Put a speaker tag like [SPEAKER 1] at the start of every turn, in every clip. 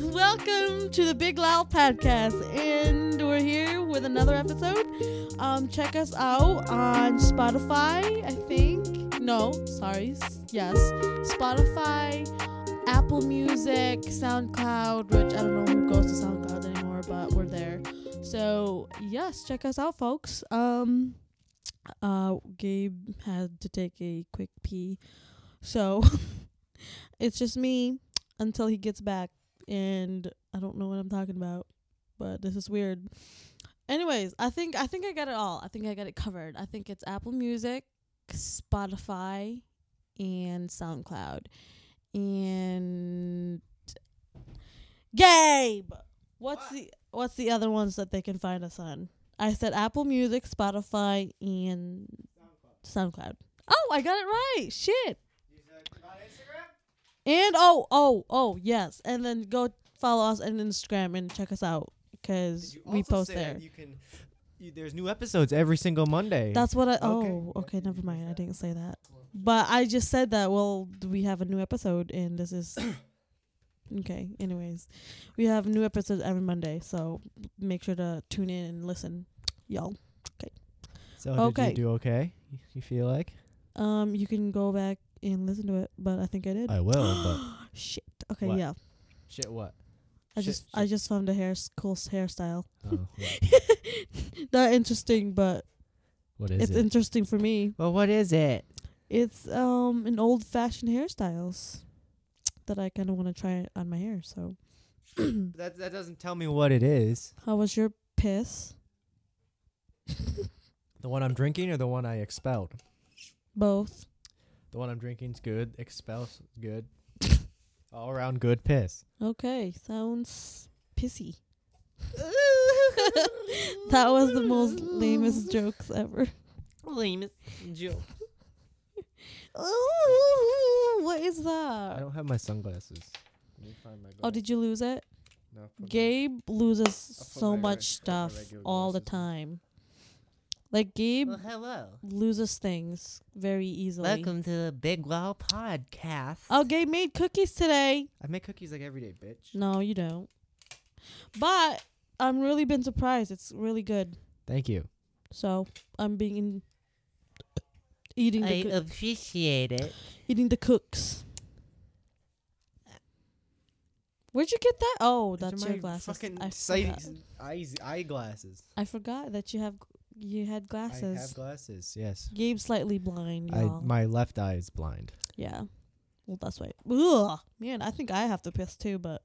[SPEAKER 1] welcome to the Big Loud Podcast. And we're here with another episode. Um, check us out on Spotify, I think. No, sorry. s- Yes. Spotify, Apple Music, SoundCloud, which I don't know who goes to SoundCloud anymore, but we're there. So, yes, check us out, folks. Um, uh, Gabe had to take a quick pee. So, it's just me until he gets back and I don't know what I'm talking about, but this is weird. Anyways, I think I think I got it all. I think I got it covered. I think it's Apple Music, Spotify, and SoundCloud. And Gabe, what's the what's the other ones that they can find us on? I said Apple Music, Spotify, and SoundCloud. Oh, I got it right. Shit. And oh, oh, oh, yes. And then go follow us on Instagram and check us out because we post there.
[SPEAKER 2] You can. You, there's new episodes every single Monday.
[SPEAKER 1] That's what I.
[SPEAKER 2] Okay.
[SPEAKER 1] Oh, okay. Never mind. I didn't say that. But I just said that. Well, d- we have a new episode, and this is. okay. Anyways, we have new episodes every Monday, so make sure to tune in and listen, y'all.
[SPEAKER 2] so did
[SPEAKER 1] okay.
[SPEAKER 2] you do okay? You- You feel like?
[SPEAKER 1] Um, you can go back and listen to it, but I think I did.
[SPEAKER 2] I will.
[SPEAKER 1] Shit. Okay.
[SPEAKER 2] What?
[SPEAKER 1] Yeah.
[SPEAKER 2] but shit, what?
[SPEAKER 1] I
[SPEAKER 2] Shit,
[SPEAKER 1] just I
[SPEAKER 2] shit.
[SPEAKER 1] just found a hair cool s- hairstyle.
[SPEAKER 2] Oh, what-
[SPEAKER 1] Not interesting, but
[SPEAKER 2] what is
[SPEAKER 1] it's
[SPEAKER 2] it?
[SPEAKER 1] interesting for me.
[SPEAKER 2] well, what is it?
[SPEAKER 1] It's um an old fashioned hairstyles that I kind of want to try on my hair. So, Mm.
[SPEAKER 2] That that doesn't tell me what it is.
[SPEAKER 1] how was your piss?
[SPEAKER 2] The one I'm drinking or the one I expelled.
[SPEAKER 1] Both.
[SPEAKER 2] The one I'm drinking's good. Expels good. All around good piss.
[SPEAKER 1] Okay, sounds pissy. that was the most lamest jokes ever.
[SPEAKER 2] Lamest joke.
[SPEAKER 1] Oh, what is
[SPEAKER 2] I
[SPEAKER 1] that?
[SPEAKER 2] don't have my sunglasses. Let me find my
[SPEAKER 1] Oh, did you lose it?
[SPEAKER 2] No, I put my-
[SPEAKER 1] Gabe loses
[SPEAKER 2] I'll put
[SPEAKER 1] so
[SPEAKER 2] my
[SPEAKER 1] much
[SPEAKER 2] reg- I'll
[SPEAKER 1] stuff
[SPEAKER 2] put my regular
[SPEAKER 1] all the
[SPEAKER 2] glasses on.
[SPEAKER 1] time. Like Gabe
[SPEAKER 3] Well, hello.
[SPEAKER 1] loses things very easily.
[SPEAKER 3] Welcome to the Big Wall Podcast.
[SPEAKER 1] Oh, Gabe made cookies today.
[SPEAKER 2] I make cookies like every day, bitch.
[SPEAKER 1] No, you don't. But I'm really been surprised. It's really good.
[SPEAKER 2] Thank you.
[SPEAKER 1] So I'm being eating the
[SPEAKER 3] I
[SPEAKER 1] coo-
[SPEAKER 3] appreciate it.
[SPEAKER 1] eating the cooks. Where'd you get that? Oh,
[SPEAKER 2] Those are
[SPEAKER 1] that's
[SPEAKER 2] my
[SPEAKER 1] your glasses.
[SPEAKER 2] Fucking
[SPEAKER 1] I
[SPEAKER 2] sight-
[SPEAKER 1] forgot.
[SPEAKER 2] eyes, eyeglasses.
[SPEAKER 1] I forgot that you have you had
[SPEAKER 2] I have
[SPEAKER 1] glasses.
[SPEAKER 2] glasses. Yes.
[SPEAKER 1] Gabe's slightly blind,
[SPEAKER 2] I
[SPEAKER 1] y'all.
[SPEAKER 2] my left eye is blind.
[SPEAKER 1] Yeah. Well, that's right. Ugh. Man, I think I have to piss too, but.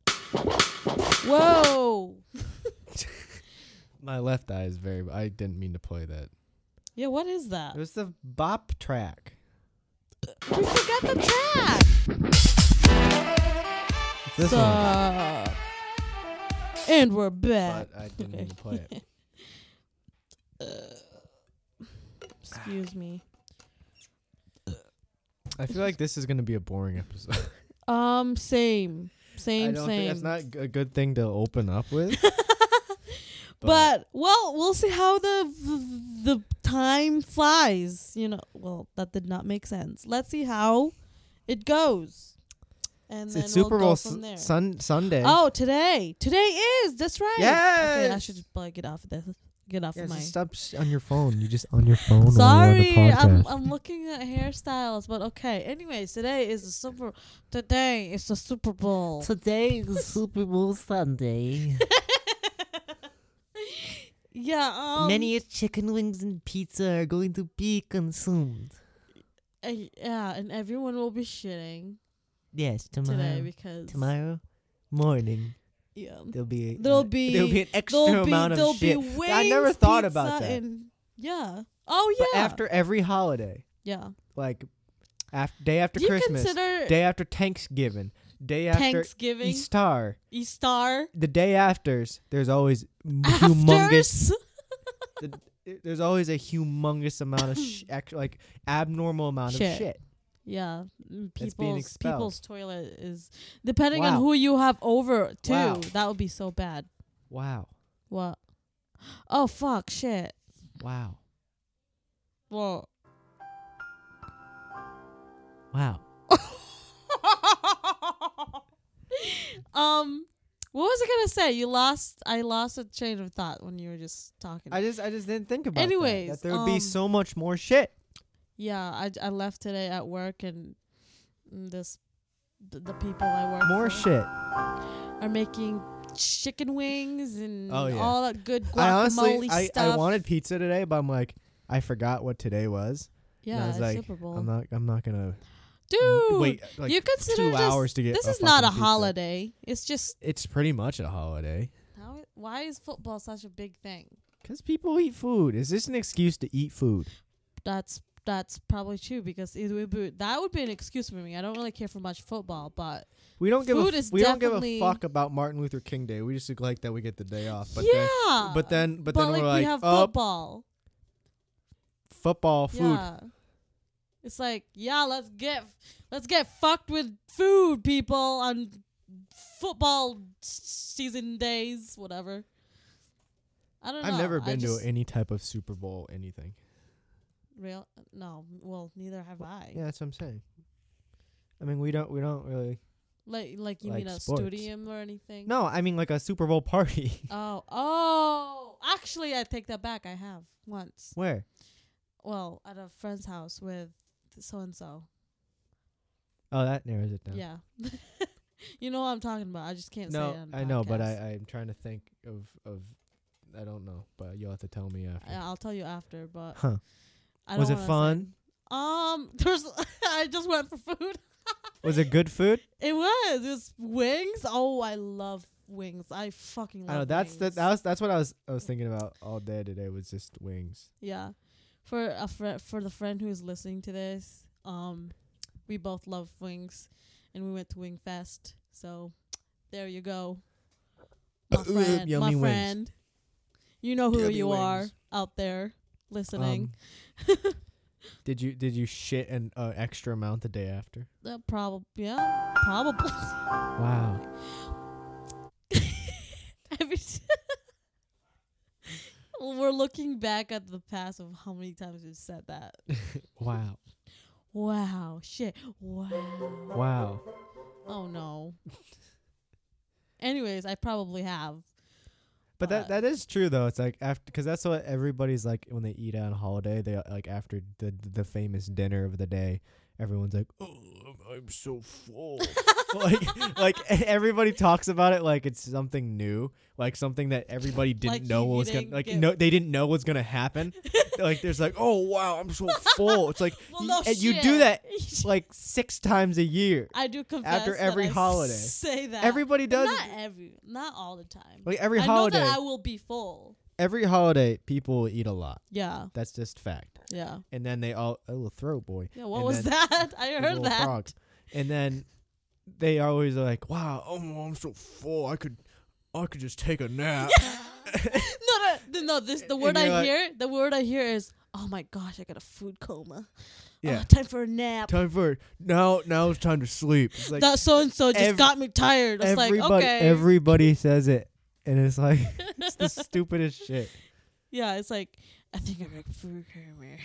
[SPEAKER 1] Whoa!
[SPEAKER 2] My left eye is very. I didn't mean to play that.
[SPEAKER 1] Yeah, what is that?
[SPEAKER 2] It was the bop track.
[SPEAKER 1] We forgot the track!
[SPEAKER 2] It's this one,
[SPEAKER 1] Sup? And we're back.
[SPEAKER 2] but I didn't mean to play it.
[SPEAKER 1] Excuse me.
[SPEAKER 2] I feel like this is gonna be a boring episode.
[SPEAKER 1] Um, same.
[SPEAKER 2] I
[SPEAKER 1] Same,
[SPEAKER 2] don't
[SPEAKER 1] same.
[SPEAKER 2] think that's not g- a good thing to open up with.
[SPEAKER 1] but, well, we'll see how the, the the time flies. You know, well, that did not make sense. Let's see how it goes, and
[SPEAKER 2] it's,
[SPEAKER 1] then
[SPEAKER 2] it's
[SPEAKER 1] we'll
[SPEAKER 2] Super
[SPEAKER 1] go
[SPEAKER 2] Bowl
[SPEAKER 1] from there.
[SPEAKER 2] s- sun Sunday.
[SPEAKER 1] Oh, today. Today is. That's right. Okay, I
[SPEAKER 2] Yes!
[SPEAKER 1] should just probably get off of this. Get off
[SPEAKER 2] Yeah,
[SPEAKER 1] of my.
[SPEAKER 2] just stop sh- on your phone. You just on your phone. while
[SPEAKER 1] Sorry,
[SPEAKER 2] we're on the podcast.
[SPEAKER 1] I'm uh, I'm looking at hairstyles, but okay. Anyways, today is the super. Today is the Super Bowl.
[SPEAKER 3] Today is Super Bowl Sunday.
[SPEAKER 1] yeah. Um,
[SPEAKER 3] Many chicken wings and pizza are going to be consumed.
[SPEAKER 1] uh, yeah, and everyone will be shitting
[SPEAKER 3] Yes, tomorrow.
[SPEAKER 1] today because
[SPEAKER 3] tomorrow morning
[SPEAKER 1] Yeah.
[SPEAKER 3] there'll be a,
[SPEAKER 2] uh,
[SPEAKER 1] There'll be-
[SPEAKER 3] there'll be an extra
[SPEAKER 1] There'll be
[SPEAKER 3] amount
[SPEAKER 1] there'll
[SPEAKER 3] of shit.
[SPEAKER 1] be wings,
[SPEAKER 2] I never thought
[SPEAKER 1] pizza,
[SPEAKER 2] about that.
[SPEAKER 1] And, yeah. Oh yeah.
[SPEAKER 2] But after every holiday,
[SPEAKER 1] yeah.
[SPEAKER 2] like after day after
[SPEAKER 1] Do you
[SPEAKER 2] Christmas,
[SPEAKER 1] consider
[SPEAKER 2] day after Thanksgiving, day after
[SPEAKER 1] Thanksgiving,
[SPEAKER 2] Easter,
[SPEAKER 1] Easter,
[SPEAKER 2] the day afters, there's always m- humongous.
[SPEAKER 1] afters?
[SPEAKER 2] There's always a humongous amount of sh- act- like abnormal amount
[SPEAKER 1] Shit.
[SPEAKER 2] of shit.
[SPEAKER 1] Yeah, mm,
[SPEAKER 2] That's being
[SPEAKER 1] people's
[SPEAKER 2] expelled.
[SPEAKER 1] people's toilet is depending on
[SPEAKER 2] Wow.
[SPEAKER 1] who you have over too.
[SPEAKER 2] Wow.
[SPEAKER 1] That would be so bad.
[SPEAKER 2] Wow,
[SPEAKER 1] What? Oh fuck! Shit.
[SPEAKER 2] wow,
[SPEAKER 1] Well.
[SPEAKER 3] wow.
[SPEAKER 1] um. What was I gonna say? You lost. I lost a train of thought when you were just talking.
[SPEAKER 2] I just I just didn't think about
[SPEAKER 1] Anyways,
[SPEAKER 2] that, that there would be
[SPEAKER 1] um,
[SPEAKER 2] so much more shit.
[SPEAKER 1] yeah, I, I left today at work and this the, the people I work
[SPEAKER 2] More
[SPEAKER 1] for
[SPEAKER 2] shit.
[SPEAKER 1] are making chicken wings and
[SPEAKER 2] Oh, yeah.
[SPEAKER 1] all that good guacamole
[SPEAKER 2] I honestly I,
[SPEAKER 1] stuff.
[SPEAKER 2] I wanted pizza today, but I'm like I forgot what today was.
[SPEAKER 1] yeah,
[SPEAKER 2] was
[SPEAKER 1] it's
[SPEAKER 2] like,
[SPEAKER 1] Super Bowl.
[SPEAKER 2] I'm not I'm not gonna
[SPEAKER 1] Dude,
[SPEAKER 2] wait like
[SPEAKER 1] you consider
[SPEAKER 2] two
[SPEAKER 1] this,
[SPEAKER 2] hours to get.
[SPEAKER 1] this
[SPEAKER 2] a
[SPEAKER 1] is not a
[SPEAKER 2] fucking pizza.
[SPEAKER 1] holiday. It's just
[SPEAKER 2] It's pretty much a holiday
[SPEAKER 1] how, why is football such a big thing?
[SPEAKER 2] because people eat food. Is this an excuse to eat food?
[SPEAKER 1] That's that's probably true because it would be, that would be an excuse for me. I don't really care for much football, but
[SPEAKER 2] We don't give a
[SPEAKER 1] Food
[SPEAKER 2] f-
[SPEAKER 1] is
[SPEAKER 2] we don't give a
[SPEAKER 1] definitely-
[SPEAKER 2] fuck about Martin Luther King Day. We just like that we get the day off. But
[SPEAKER 1] yeah.
[SPEAKER 2] then, but then but, then
[SPEAKER 1] like,
[SPEAKER 2] we're like
[SPEAKER 1] we have
[SPEAKER 2] oh
[SPEAKER 1] football.
[SPEAKER 2] football food.
[SPEAKER 1] Yeah. It's like, yeah, let's get let's get fucked with food, people, on football s- season days, whatever. I don't know.
[SPEAKER 2] I've never
[SPEAKER 1] I
[SPEAKER 2] been to
[SPEAKER 1] just-
[SPEAKER 2] any type of Super Bowl anything.
[SPEAKER 1] real. No, well, neither have I.
[SPEAKER 2] Yeah, that's what I'm saying. I mean, we don't we don't really.
[SPEAKER 1] Like, like you
[SPEAKER 2] Like
[SPEAKER 1] mean a
[SPEAKER 2] sports.
[SPEAKER 1] stadium or anything?
[SPEAKER 2] No, I mean like a Super Bowl party.
[SPEAKER 1] Oh, oh. Actually, I take that back. I have once.
[SPEAKER 2] Where?
[SPEAKER 1] Well, at a friend's house with so and so.
[SPEAKER 2] Oh, that narrows it down.
[SPEAKER 1] Yeah. you know what I'm talking about. I just can't say it.
[SPEAKER 2] No,
[SPEAKER 1] on
[SPEAKER 2] I know, but
[SPEAKER 1] podcast.
[SPEAKER 2] I I'm trying to think of of I don't know, but you'll have to tell me after.
[SPEAKER 1] I- I'll tell you after, but
[SPEAKER 2] Huh.
[SPEAKER 1] I
[SPEAKER 2] Was it
[SPEAKER 1] don't wanna
[SPEAKER 2] fun?
[SPEAKER 1] say- Um, there's I just went for food.
[SPEAKER 2] Was it good food?
[SPEAKER 1] It was it was wings. Oh, I love wings. I fucking love.
[SPEAKER 2] I know Oh, that's the,
[SPEAKER 1] wings.
[SPEAKER 2] that was that's what I was I was thinking about all day today was just wings.
[SPEAKER 1] yeah. For a fri for the friend who's listening to this, um, we both love wings, and we went to Wing Fest. So there you go. My friend, my
[SPEAKER 2] Yummy wings.
[SPEAKER 1] friend. You know who
[SPEAKER 2] Yummy
[SPEAKER 1] you are
[SPEAKER 2] wings.
[SPEAKER 1] out there listening.
[SPEAKER 2] Um, did you did you shit an uh, extra amount the day after?
[SPEAKER 1] Uh, probably, yeah, probably.
[SPEAKER 2] Wow.
[SPEAKER 1] Every t- We're looking back at the past of how many times we've said that.
[SPEAKER 2] Wow.
[SPEAKER 1] Wow, shit. Wow.
[SPEAKER 2] Wow.
[SPEAKER 1] Oh no. Anyways, I probably have.
[SPEAKER 2] But that
[SPEAKER 1] Uh,
[SPEAKER 2] that is true though. It's like after because that's what everybody's like when they eat on holiday. They like after the the famous dinner of the day. Everyone's like, oh, I'm- I'm so full. like like e- everybody talks about it like it's something new, like something that everybody didn't
[SPEAKER 1] Like
[SPEAKER 2] know
[SPEAKER 1] you
[SPEAKER 2] what was
[SPEAKER 1] didn't
[SPEAKER 2] gonna like
[SPEAKER 1] give-
[SPEAKER 2] no they didn't know what's gonna happen. like there's like oh wow I'm so full. It's like
[SPEAKER 1] Well,
[SPEAKER 2] y-
[SPEAKER 1] no
[SPEAKER 2] and you do
[SPEAKER 1] shit.
[SPEAKER 2] that like six times a year.
[SPEAKER 1] I do confess.
[SPEAKER 2] After
[SPEAKER 1] that
[SPEAKER 2] every
[SPEAKER 1] I s-
[SPEAKER 2] holiday.
[SPEAKER 1] say that
[SPEAKER 2] Everybody does
[SPEAKER 1] Not
[SPEAKER 2] it.
[SPEAKER 1] every, not all the time.
[SPEAKER 2] Like every
[SPEAKER 1] I
[SPEAKER 2] holiday,
[SPEAKER 1] know that I will be full.
[SPEAKER 2] every holiday people will eat a lot.
[SPEAKER 1] Yeah,
[SPEAKER 2] That's just fact.
[SPEAKER 1] yeah,
[SPEAKER 2] And then they all oh little throat boy.
[SPEAKER 1] yeah. What
[SPEAKER 2] And
[SPEAKER 1] was
[SPEAKER 2] then
[SPEAKER 1] that? I
[SPEAKER 2] these
[SPEAKER 1] heard
[SPEAKER 2] little
[SPEAKER 1] that.
[SPEAKER 2] frogs. And then they always are like, "Wow, oh, I'm so full. I could, I could just take a nap."
[SPEAKER 1] no, no, th- no. This the
[SPEAKER 2] And
[SPEAKER 1] word I
[SPEAKER 2] you're like-
[SPEAKER 1] hear. The word I hear is, "Oh my gosh, I got a food coma.
[SPEAKER 2] Yeah.
[SPEAKER 1] oh, time for a nap."
[SPEAKER 2] Time for now. Now it's time to sleep. It's like
[SPEAKER 1] that so and so just
[SPEAKER 2] ev-
[SPEAKER 1] got me tired. It's like
[SPEAKER 2] everybody,
[SPEAKER 1] okay,
[SPEAKER 2] everybody says it, and it's like it's the stupidest shit.
[SPEAKER 1] yeah. It's like I think I got a food coma.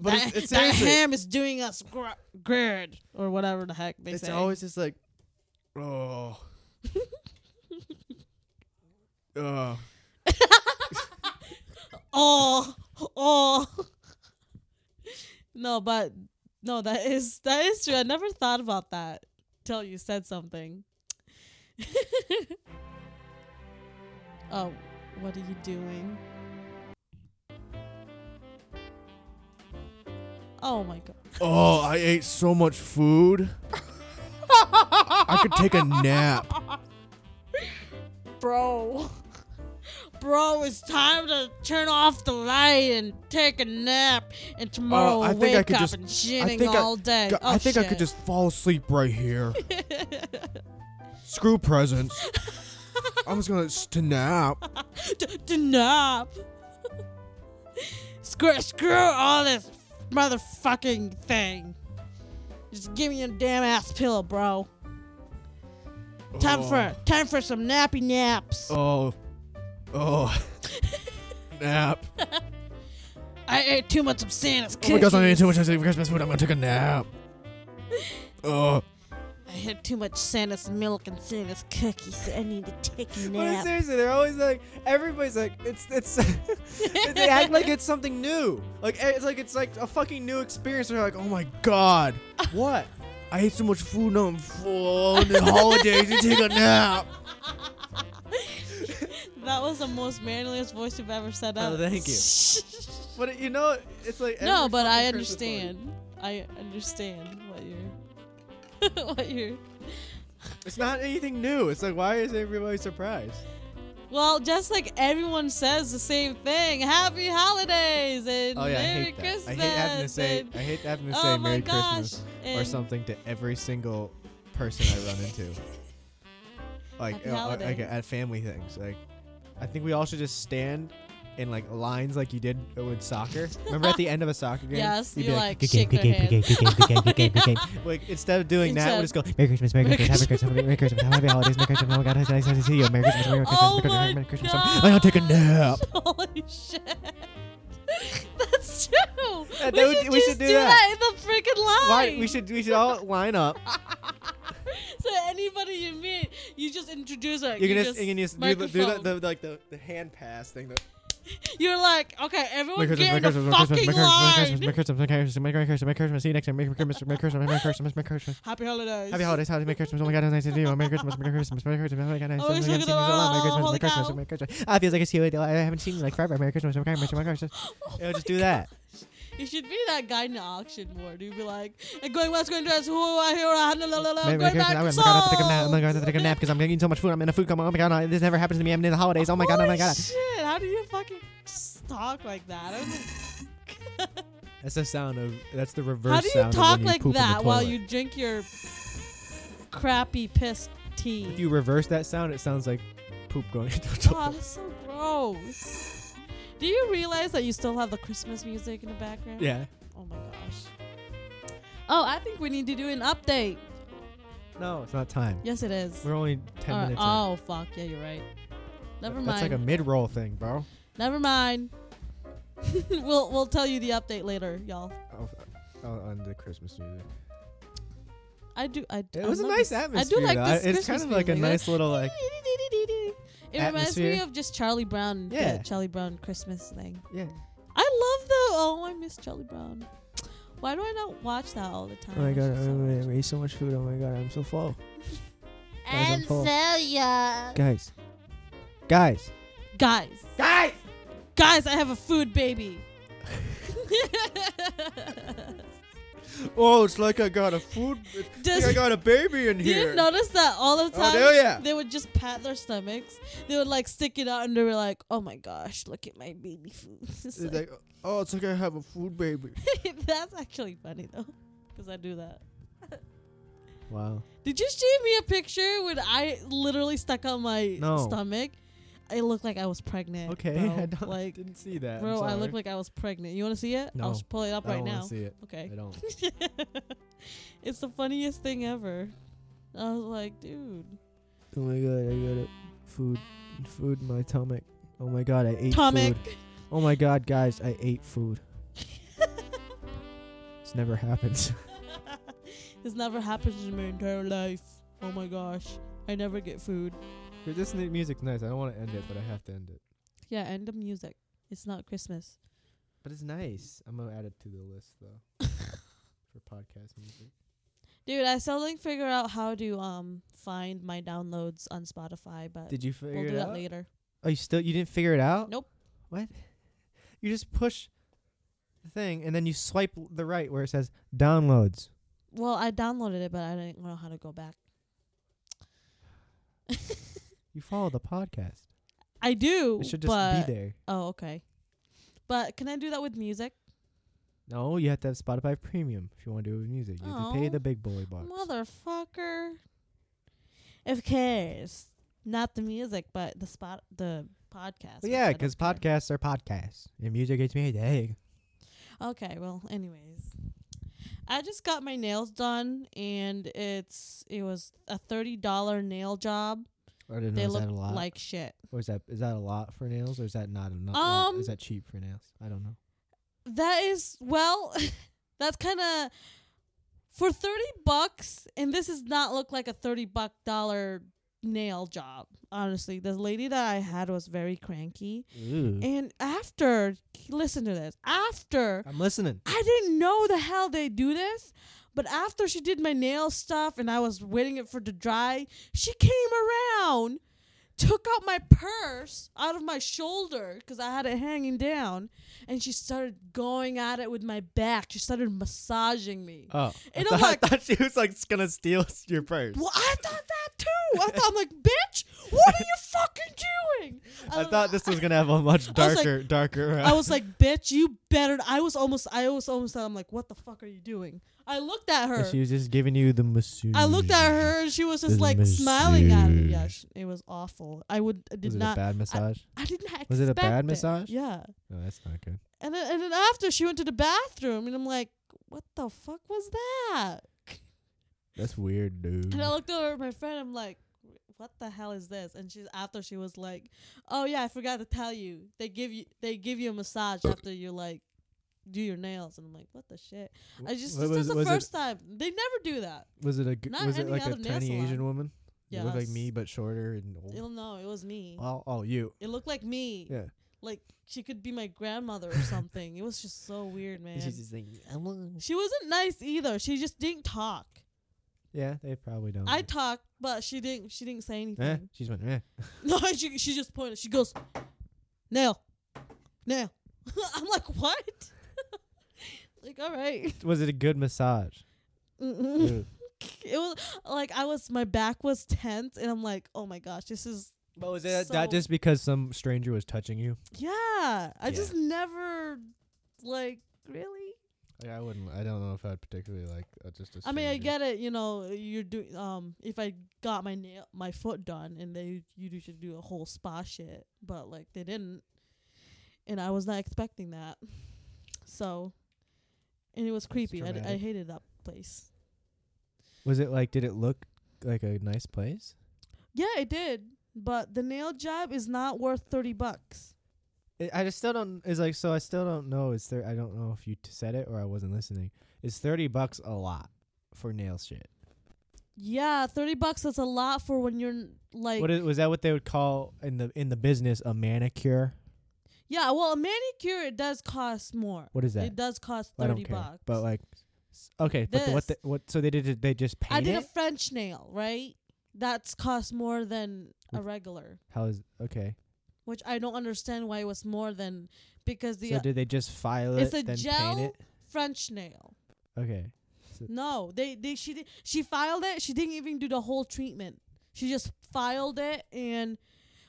[SPEAKER 2] But
[SPEAKER 1] that,
[SPEAKER 2] it's, it's
[SPEAKER 1] that
[SPEAKER 2] seriously,
[SPEAKER 1] ham is doing us gr- good or whatever the heck they
[SPEAKER 2] it's
[SPEAKER 1] say.
[SPEAKER 2] always just like, oh, oh.
[SPEAKER 1] oh, oh. no, but no, that is that is true. I never thought about that till you said something. oh, what are you doing? Oh my god.
[SPEAKER 2] Oh, I ate so much food. I could take a nap.
[SPEAKER 1] Bro. Bro, it's time to turn off the light and take a nap. And tomorrow
[SPEAKER 2] Oh, I
[SPEAKER 1] I
[SPEAKER 2] think I
[SPEAKER 1] wake
[SPEAKER 2] could
[SPEAKER 1] up
[SPEAKER 2] just-
[SPEAKER 1] and
[SPEAKER 2] I
[SPEAKER 1] shitting
[SPEAKER 2] think I-
[SPEAKER 1] all day.
[SPEAKER 2] Go-
[SPEAKER 1] oh,
[SPEAKER 2] I think I could
[SPEAKER 1] shit.
[SPEAKER 2] just fall asleep right here. Screw presents. I'm just gonna s- to nap.
[SPEAKER 1] D- d- nap. screw, screw all this motherfucking thing. Just give me a damn ass pillow, bro. Time
[SPEAKER 2] Oh.
[SPEAKER 1] for time for some nappy naps.
[SPEAKER 2] Oh, oh, nap. Oh
[SPEAKER 1] I ate too much of Santa's
[SPEAKER 2] my
[SPEAKER 1] cookies.
[SPEAKER 2] gosh, I'm eating too much Christmas food. I'm gonna take a nap. Oh,
[SPEAKER 1] I I had too much Santa's milk and Santa's cookies. so I need to take a
[SPEAKER 2] But
[SPEAKER 1] nap.
[SPEAKER 2] seriously, they're always like everybody's like it's it's they act like it's something new. Like eh, it's like it's like a fucking new experience. They're like, oh my god, what? I ate so much food. Now I'm full. On the holidays, you take a nap.
[SPEAKER 1] That was the most manliest voice you've ever said out.
[SPEAKER 2] Oh, thank But it- you know, it's like
[SPEAKER 1] no,
[SPEAKER 2] every
[SPEAKER 1] but I
[SPEAKER 2] fucking Christmas party.
[SPEAKER 1] understand. I understand what you're. what you're.
[SPEAKER 2] It's not anything new. It's like why is everybody surprised?
[SPEAKER 1] Well, just like everyone says the same thing. Happy holidays and
[SPEAKER 2] Oh yeah,
[SPEAKER 1] Merry
[SPEAKER 2] I hate that.
[SPEAKER 1] Christmas.
[SPEAKER 2] I hate having to say
[SPEAKER 1] and-
[SPEAKER 2] I hate having to say
[SPEAKER 1] oh my
[SPEAKER 2] Merry
[SPEAKER 1] gosh.
[SPEAKER 2] Christmas. or
[SPEAKER 1] and-
[SPEAKER 2] something to every single person I run into. Like,
[SPEAKER 1] Happy
[SPEAKER 2] uh, uh, like
[SPEAKER 1] holidays.
[SPEAKER 2] at family things. Like, I think we all should just stand in like lines like you did with soccer. Remember at the end of a soccer game?
[SPEAKER 1] Yes,
[SPEAKER 2] You'd
[SPEAKER 1] you
[SPEAKER 2] be
[SPEAKER 1] like,
[SPEAKER 3] Good game,
[SPEAKER 1] shake
[SPEAKER 3] good
[SPEAKER 1] their
[SPEAKER 3] game, good
[SPEAKER 1] hand.
[SPEAKER 3] game, good game, good game, good game, good game.
[SPEAKER 2] like instead of doing that, we just
[SPEAKER 1] Instead-
[SPEAKER 2] go.
[SPEAKER 3] Merry Christmas, Merry
[SPEAKER 1] Merry
[SPEAKER 3] Christmas, Happy Christmas, Merry Christmas, Happy Holidays, Merry Christmas, oh my god, it's nice to see you, Merry Christmas, Merry Christmas,
[SPEAKER 1] Oh
[SPEAKER 3] Merry Christmas,
[SPEAKER 1] my
[SPEAKER 3] Merry Christmas, I'm gonna take a
[SPEAKER 2] Oh,
[SPEAKER 3] nap.
[SPEAKER 1] Oh Holy shit. That's true. we,
[SPEAKER 2] Yeah, that would-
[SPEAKER 1] should
[SPEAKER 2] we should
[SPEAKER 1] just
[SPEAKER 2] do
[SPEAKER 1] do
[SPEAKER 2] that.
[SPEAKER 1] that. in the freaking line.
[SPEAKER 2] Why? We should we should all line up.
[SPEAKER 1] So anybody you meet, you just introduce her.
[SPEAKER 2] You can just, you can just do, the, do the,
[SPEAKER 1] microphone.
[SPEAKER 2] the, like the, the hand pass thing. The,
[SPEAKER 1] You're like, okay, everyone
[SPEAKER 3] Merry Christmas,
[SPEAKER 1] get
[SPEAKER 3] Merry
[SPEAKER 1] in the
[SPEAKER 3] Christmas, Merry
[SPEAKER 1] fucking
[SPEAKER 3] Christmas,
[SPEAKER 1] line.
[SPEAKER 3] Merry Christmas, Merry Christmas, Merry Christmas, Merry Christmas, Merry Christmas, see you next time, Merry Christmas, Merry Christmas, Merry Christmas, Merry Christmas.
[SPEAKER 1] Happy holidays.
[SPEAKER 3] Happy holidays, holidays, Merry Christmas. Oh my God, it's nice to see you. Merry Christmas, Merry Christmas, Merry Christmas. Oh my God, nice
[SPEAKER 1] Oh,
[SPEAKER 3] to
[SPEAKER 1] it's
[SPEAKER 3] see you.
[SPEAKER 1] like the-
[SPEAKER 3] Merry
[SPEAKER 1] oh,
[SPEAKER 3] Christmas,
[SPEAKER 1] holy
[SPEAKER 3] Merry Christmas,
[SPEAKER 1] cow.
[SPEAKER 3] Merry Christmas. Ah, it feels like I see you. I haven't seen you like forever. Merry Christmas, Merry Christmas, Merry Christmas.
[SPEAKER 2] you know, just
[SPEAKER 1] my
[SPEAKER 2] do that.
[SPEAKER 1] You should be that guy in the auction ward. You'd be like, I'm going west, going west, who I hear, I la la la la,
[SPEAKER 3] Merry
[SPEAKER 1] I'm
[SPEAKER 3] Merry
[SPEAKER 1] going
[SPEAKER 3] Christmas.
[SPEAKER 1] back
[SPEAKER 3] I'm
[SPEAKER 1] to
[SPEAKER 3] gonna go out to take a nap. I'm
[SPEAKER 1] Seoul."
[SPEAKER 3] gonna go out to take a nap because I'm eating so much food. I'm in a food coma. Oh my God, no, this never happens to me. I'm in the holidays. Oh my God, oh my
[SPEAKER 1] Holy
[SPEAKER 3] God.
[SPEAKER 1] Shit, how do you fucking just talk like that? I don't know.
[SPEAKER 2] That's the sound of. That's the reverse.
[SPEAKER 1] how do you
[SPEAKER 2] sound of
[SPEAKER 1] talk
[SPEAKER 2] when you
[SPEAKER 1] like
[SPEAKER 2] poop in the
[SPEAKER 1] that while
[SPEAKER 2] toilet.
[SPEAKER 1] you drink your crappy piss tea?
[SPEAKER 2] If you reverse that sound, it sounds like poop going into a
[SPEAKER 1] oh,
[SPEAKER 2] toilet.
[SPEAKER 1] that's so gross. Do you realize that you still have the Christmas music in the background?
[SPEAKER 2] Yeah.
[SPEAKER 1] Oh my gosh. Oh, I think we need to do an update.
[SPEAKER 2] No, it's not time.
[SPEAKER 1] Yes, it is.
[SPEAKER 2] We're only ten
[SPEAKER 1] All right.
[SPEAKER 2] minutes. in.
[SPEAKER 1] Oh fuck, yeah, you're right. Never mind.
[SPEAKER 2] That's like a mid-roll thing, bro.
[SPEAKER 1] Never mind. we'll we'll tell you the update later, y'all.
[SPEAKER 2] Oh, oh, on the Christmas music.
[SPEAKER 1] I do. I.
[SPEAKER 2] It
[SPEAKER 1] I
[SPEAKER 2] was a
[SPEAKER 1] love
[SPEAKER 2] nice
[SPEAKER 1] this-
[SPEAKER 2] atmosphere.
[SPEAKER 1] I do like
[SPEAKER 2] though.
[SPEAKER 1] this.
[SPEAKER 2] It's
[SPEAKER 1] Christmas
[SPEAKER 2] kind of like a
[SPEAKER 1] feeling.
[SPEAKER 2] nice little like.
[SPEAKER 1] It reminds me
[SPEAKER 2] atmosphere.
[SPEAKER 1] of just Charlie Brown. the
[SPEAKER 2] Yeah.
[SPEAKER 1] Charlie Brown Christmas thing.
[SPEAKER 2] Yeah.
[SPEAKER 1] I love the. Oh, I miss Charlie Brown. Why do I not watch that all the time?
[SPEAKER 2] Oh my
[SPEAKER 1] It's
[SPEAKER 2] god,
[SPEAKER 1] just so much.
[SPEAKER 2] I'm, I ate so much food. Oh my god, I'm so full. Guys, I'm
[SPEAKER 1] And
[SPEAKER 2] full.
[SPEAKER 1] so young.
[SPEAKER 2] Guys, guys,
[SPEAKER 1] Guys,
[SPEAKER 2] guys.
[SPEAKER 1] guys, I have a food baby.
[SPEAKER 2] Oh, it's like I got a food.
[SPEAKER 1] Does- like I
[SPEAKER 2] got a baby in
[SPEAKER 1] Do you notice that all the
[SPEAKER 2] Oh,
[SPEAKER 1] time?
[SPEAKER 2] hell yeah.
[SPEAKER 1] They would just pat their stomachs. They would like stick it out and they were like, oh my gosh, look at my baby food. It's like-
[SPEAKER 2] oh, it's like I have a food baby.
[SPEAKER 1] that's actually funny though, because I do that.
[SPEAKER 2] Wow.
[SPEAKER 1] Did you see me a picture when I literally stuck out my
[SPEAKER 2] No.
[SPEAKER 1] stomach? I looked like I was pregnant.
[SPEAKER 2] Okay,
[SPEAKER 1] bro.
[SPEAKER 2] I don't,
[SPEAKER 1] like,
[SPEAKER 2] didn't see that.
[SPEAKER 1] bro,
[SPEAKER 2] i
[SPEAKER 1] I look like I was pregnant. You want to see it?
[SPEAKER 2] No,
[SPEAKER 1] I'll just pull it up
[SPEAKER 2] I
[SPEAKER 1] right
[SPEAKER 2] don't
[SPEAKER 1] now.
[SPEAKER 2] wanna see it.
[SPEAKER 1] Okay.
[SPEAKER 2] I don't.
[SPEAKER 1] it's the funniest thing ever. I was like, dude.
[SPEAKER 2] Oh my god, I got it. Food, food in my stomach. Oh my god, I ate
[SPEAKER 1] Tomic.
[SPEAKER 2] food. Oh my god, guys, I ate food. This never happens.
[SPEAKER 1] this never happened in my entire life. Oh my gosh. I never get food.
[SPEAKER 2] this n- music's nice. I don't want to end it, but I have to end it.
[SPEAKER 1] Yeah, and the music. It's not Christmas.
[SPEAKER 2] But it's nice. I'm gonna add it to the list though for podcast music.
[SPEAKER 1] Dude, I still didn't figure out how to um find my downloads on Spotify, but
[SPEAKER 2] Did you
[SPEAKER 1] we'll
[SPEAKER 2] figure
[SPEAKER 1] do
[SPEAKER 2] it
[SPEAKER 1] that
[SPEAKER 2] out?
[SPEAKER 1] later.
[SPEAKER 2] Oh, you still you didn't figure it out?
[SPEAKER 1] Nope.
[SPEAKER 2] What? You just push the thing and then you swipe l- the right where it says downloads.
[SPEAKER 1] Well, I downloaded it, but I didn't know how to go back.
[SPEAKER 2] You follow the podcast.
[SPEAKER 1] I do.
[SPEAKER 2] It should just
[SPEAKER 1] but-
[SPEAKER 2] be there.
[SPEAKER 1] Oh, okay. But can I do that with music?
[SPEAKER 2] No, you have to have Spotify Premium if you want to do it with music. You have to pay
[SPEAKER 1] Oh.
[SPEAKER 2] the big boy box.
[SPEAKER 1] Motherfucker. Of course. Not the music, but the spot the podcast.
[SPEAKER 2] Well, yeah,
[SPEAKER 1] which I
[SPEAKER 2] because
[SPEAKER 1] don't care.
[SPEAKER 2] podcasts are podcasts, and music gets me a day.
[SPEAKER 1] Okay, well, anyways. I just got my nails done and it's it was a $30 nail job.
[SPEAKER 2] I didn't
[SPEAKER 1] they
[SPEAKER 2] know is
[SPEAKER 1] look
[SPEAKER 2] that a lot,
[SPEAKER 1] like shit.
[SPEAKER 2] or is that is that a lot for nails, or is that not enough? lot?
[SPEAKER 1] Um,
[SPEAKER 2] Is that cheap for nails? I don't know.
[SPEAKER 1] That is well, that's kind of for 30 bucks and this does not look like a 30 buck dollar nail job honestly the lady that i had was very cranky and after listen to this after
[SPEAKER 2] I'm listening.
[SPEAKER 1] i didn't know the hell they do this but after she did my nail stuff and i was waiting it for to dry she came around took out my purse out of my shoulder because i had it hanging down and she started going at it with my back she started massaging me
[SPEAKER 2] Oh, I
[SPEAKER 1] And
[SPEAKER 2] thought,
[SPEAKER 1] I'm
[SPEAKER 2] I
[SPEAKER 1] like-
[SPEAKER 2] thought she was like gonna steal your purse.
[SPEAKER 1] Well, I thought that too. I thought I'm like, bitch, what are you fucking doing?
[SPEAKER 2] I
[SPEAKER 1] Um,
[SPEAKER 2] thought this was gonna have a much
[SPEAKER 1] I was like-
[SPEAKER 2] darker, darker.
[SPEAKER 1] I was like, bitch, you better. I was almost. I was almost. I'm like, what the fuck are you doing? I looked at her.
[SPEAKER 2] She was just giving you the masseuse.
[SPEAKER 1] I looked at her, and she was just
[SPEAKER 2] This
[SPEAKER 1] like smiling at me. Yeah,
[SPEAKER 2] massage.
[SPEAKER 1] sh- it was awful. I would. I did
[SPEAKER 2] was it
[SPEAKER 1] not.
[SPEAKER 2] a bad massage?
[SPEAKER 1] I did not. Expect
[SPEAKER 2] Was it a bad
[SPEAKER 1] it.
[SPEAKER 2] massage?
[SPEAKER 1] Yeah.
[SPEAKER 2] No, that's not good.
[SPEAKER 1] And then, and then after she went to the bathroom, and I'm like, what the fuck was that?
[SPEAKER 2] That's weird, dude.
[SPEAKER 1] And I looked over at my friend. I'm like, "What the hell is this?" And she's after she was like, "Oh yeah, I forgot to tell you. They give you they give you a massage after you like do your nails." And I'm like, "What the shit?" I just
[SPEAKER 2] What
[SPEAKER 1] this is
[SPEAKER 2] was-
[SPEAKER 1] the
[SPEAKER 2] was it-
[SPEAKER 1] first time they never do that.
[SPEAKER 2] Was it a g-
[SPEAKER 1] Not
[SPEAKER 2] was it
[SPEAKER 1] any
[SPEAKER 2] like a
[SPEAKER 1] other nail
[SPEAKER 2] tiny
[SPEAKER 1] salon.
[SPEAKER 2] Asian woman? You look like
[SPEAKER 1] Yes.
[SPEAKER 2] me but shorter and old.
[SPEAKER 1] It'll no, it was me.
[SPEAKER 2] Oh, oh, you.
[SPEAKER 1] It looked like me.
[SPEAKER 2] Yeah.
[SPEAKER 1] Like she could be my grandmother or something. it was just so weird, man.
[SPEAKER 3] She's just like, I'm a-
[SPEAKER 1] she wasn't nice either. She just didn't talk.
[SPEAKER 2] Yeah, they probably don't.
[SPEAKER 1] I talked, but she didn't. She didn't say
[SPEAKER 2] Oh. eh,
[SPEAKER 1] anything.
[SPEAKER 2] she's went. Eh.
[SPEAKER 1] No, she she just pointed. She goes, nail, nail. I'm like, what? like, all right.
[SPEAKER 2] Was it a good massage?
[SPEAKER 1] Mm-mm.
[SPEAKER 2] Ew.
[SPEAKER 1] it was like I was my back was tense, and I'm like, oh my gosh, this is
[SPEAKER 2] But was
[SPEAKER 1] it-
[SPEAKER 2] it
[SPEAKER 1] So-
[SPEAKER 2] that just because some stranger was touching you?
[SPEAKER 1] yeah. ah, I
[SPEAKER 2] Yeah.
[SPEAKER 1] just never like really.
[SPEAKER 2] I wouldn't. I don't know if I'd particularly like uh, just.
[SPEAKER 1] I mean, I get it. You know, uh, you're doing. Um, if I got my nail, my foot done, and they you do should do a whole spa shit, but like they didn't, and I was not expecting that. So, and it was creepy. I, d- I
[SPEAKER 2] dramatic.
[SPEAKER 1] hated that place.
[SPEAKER 2] Was it like? Did it look like a nice place?
[SPEAKER 1] Yeah, it did. But the nail job is not worth thirty bucks.
[SPEAKER 2] I I just still don't. It's like so. I still don't know. It's there. I don't know if you t- said it or I wasn't listening. Is thirty bucks a lot for nail shit?
[SPEAKER 1] Yeah, thirty bucks is a lot for when you're n- like.
[SPEAKER 2] What is, was that? What they would call in the in the business a manicure?
[SPEAKER 1] yeah, well, a manicure it does cost more.
[SPEAKER 2] What is that?
[SPEAKER 1] It does cost
[SPEAKER 2] I
[SPEAKER 1] thirty
[SPEAKER 2] don't care.
[SPEAKER 1] bucks.
[SPEAKER 2] But like, s- okay. But the, what? The,
[SPEAKER 1] This.
[SPEAKER 2] what? So they did. it- They just paint
[SPEAKER 1] I did
[SPEAKER 2] it.
[SPEAKER 1] a French nail, right? That's cost more than a
[SPEAKER 2] With-
[SPEAKER 1] regular,
[SPEAKER 2] How is okay?
[SPEAKER 1] which I don't understand why it was more than because the uh,
[SPEAKER 2] So did they just file it
[SPEAKER 1] It's a
[SPEAKER 2] then
[SPEAKER 1] gel-
[SPEAKER 2] paint
[SPEAKER 1] French nail.
[SPEAKER 2] it? Okay.
[SPEAKER 1] No, they they she did, she filed it. She didn't even do the whole treatment. She just filed it and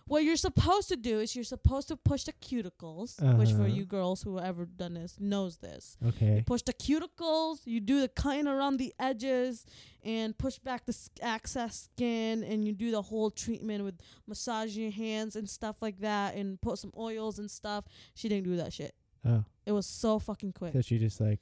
[SPEAKER 1] what you're supposed to do is you're supposed to push the cuticles, which for
[SPEAKER 2] Uh-huh.
[SPEAKER 1] you girls who have ever done this knows this.
[SPEAKER 2] Okay.
[SPEAKER 1] Push the cuticles, you do the cutting around the edges and push back the s- excess skin and you do the whole treatment with massaging your hands and stuff like that and put some oils and stuff. She didn't do that shit.
[SPEAKER 2] Oh,
[SPEAKER 1] It was so fucking quick.
[SPEAKER 2] so she just like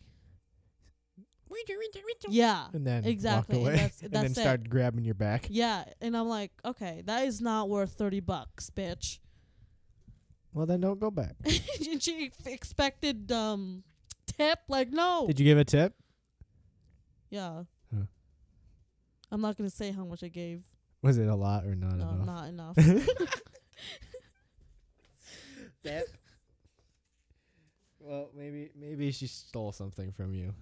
[SPEAKER 1] Yeah.
[SPEAKER 2] and then
[SPEAKER 1] Exactly, and
[SPEAKER 2] walked away
[SPEAKER 1] that's-
[SPEAKER 2] and then
[SPEAKER 1] that's it.
[SPEAKER 2] started grabbing your back.
[SPEAKER 1] Yeah, and I'm like, okay, that is not worth thirty bucks, bitch.
[SPEAKER 2] Well, then don't go back.
[SPEAKER 1] and she f- expected um tip, like no.
[SPEAKER 2] Did you give a tip?
[SPEAKER 1] yeah.
[SPEAKER 2] Huh.
[SPEAKER 1] I'm not gonna say how much I gave.
[SPEAKER 2] Was it a lot or not
[SPEAKER 1] no,
[SPEAKER 2] enough?
[SPEAKER 1] not enough.
[SPEAKER 2] That. Well, maybe maybe she stole something from you.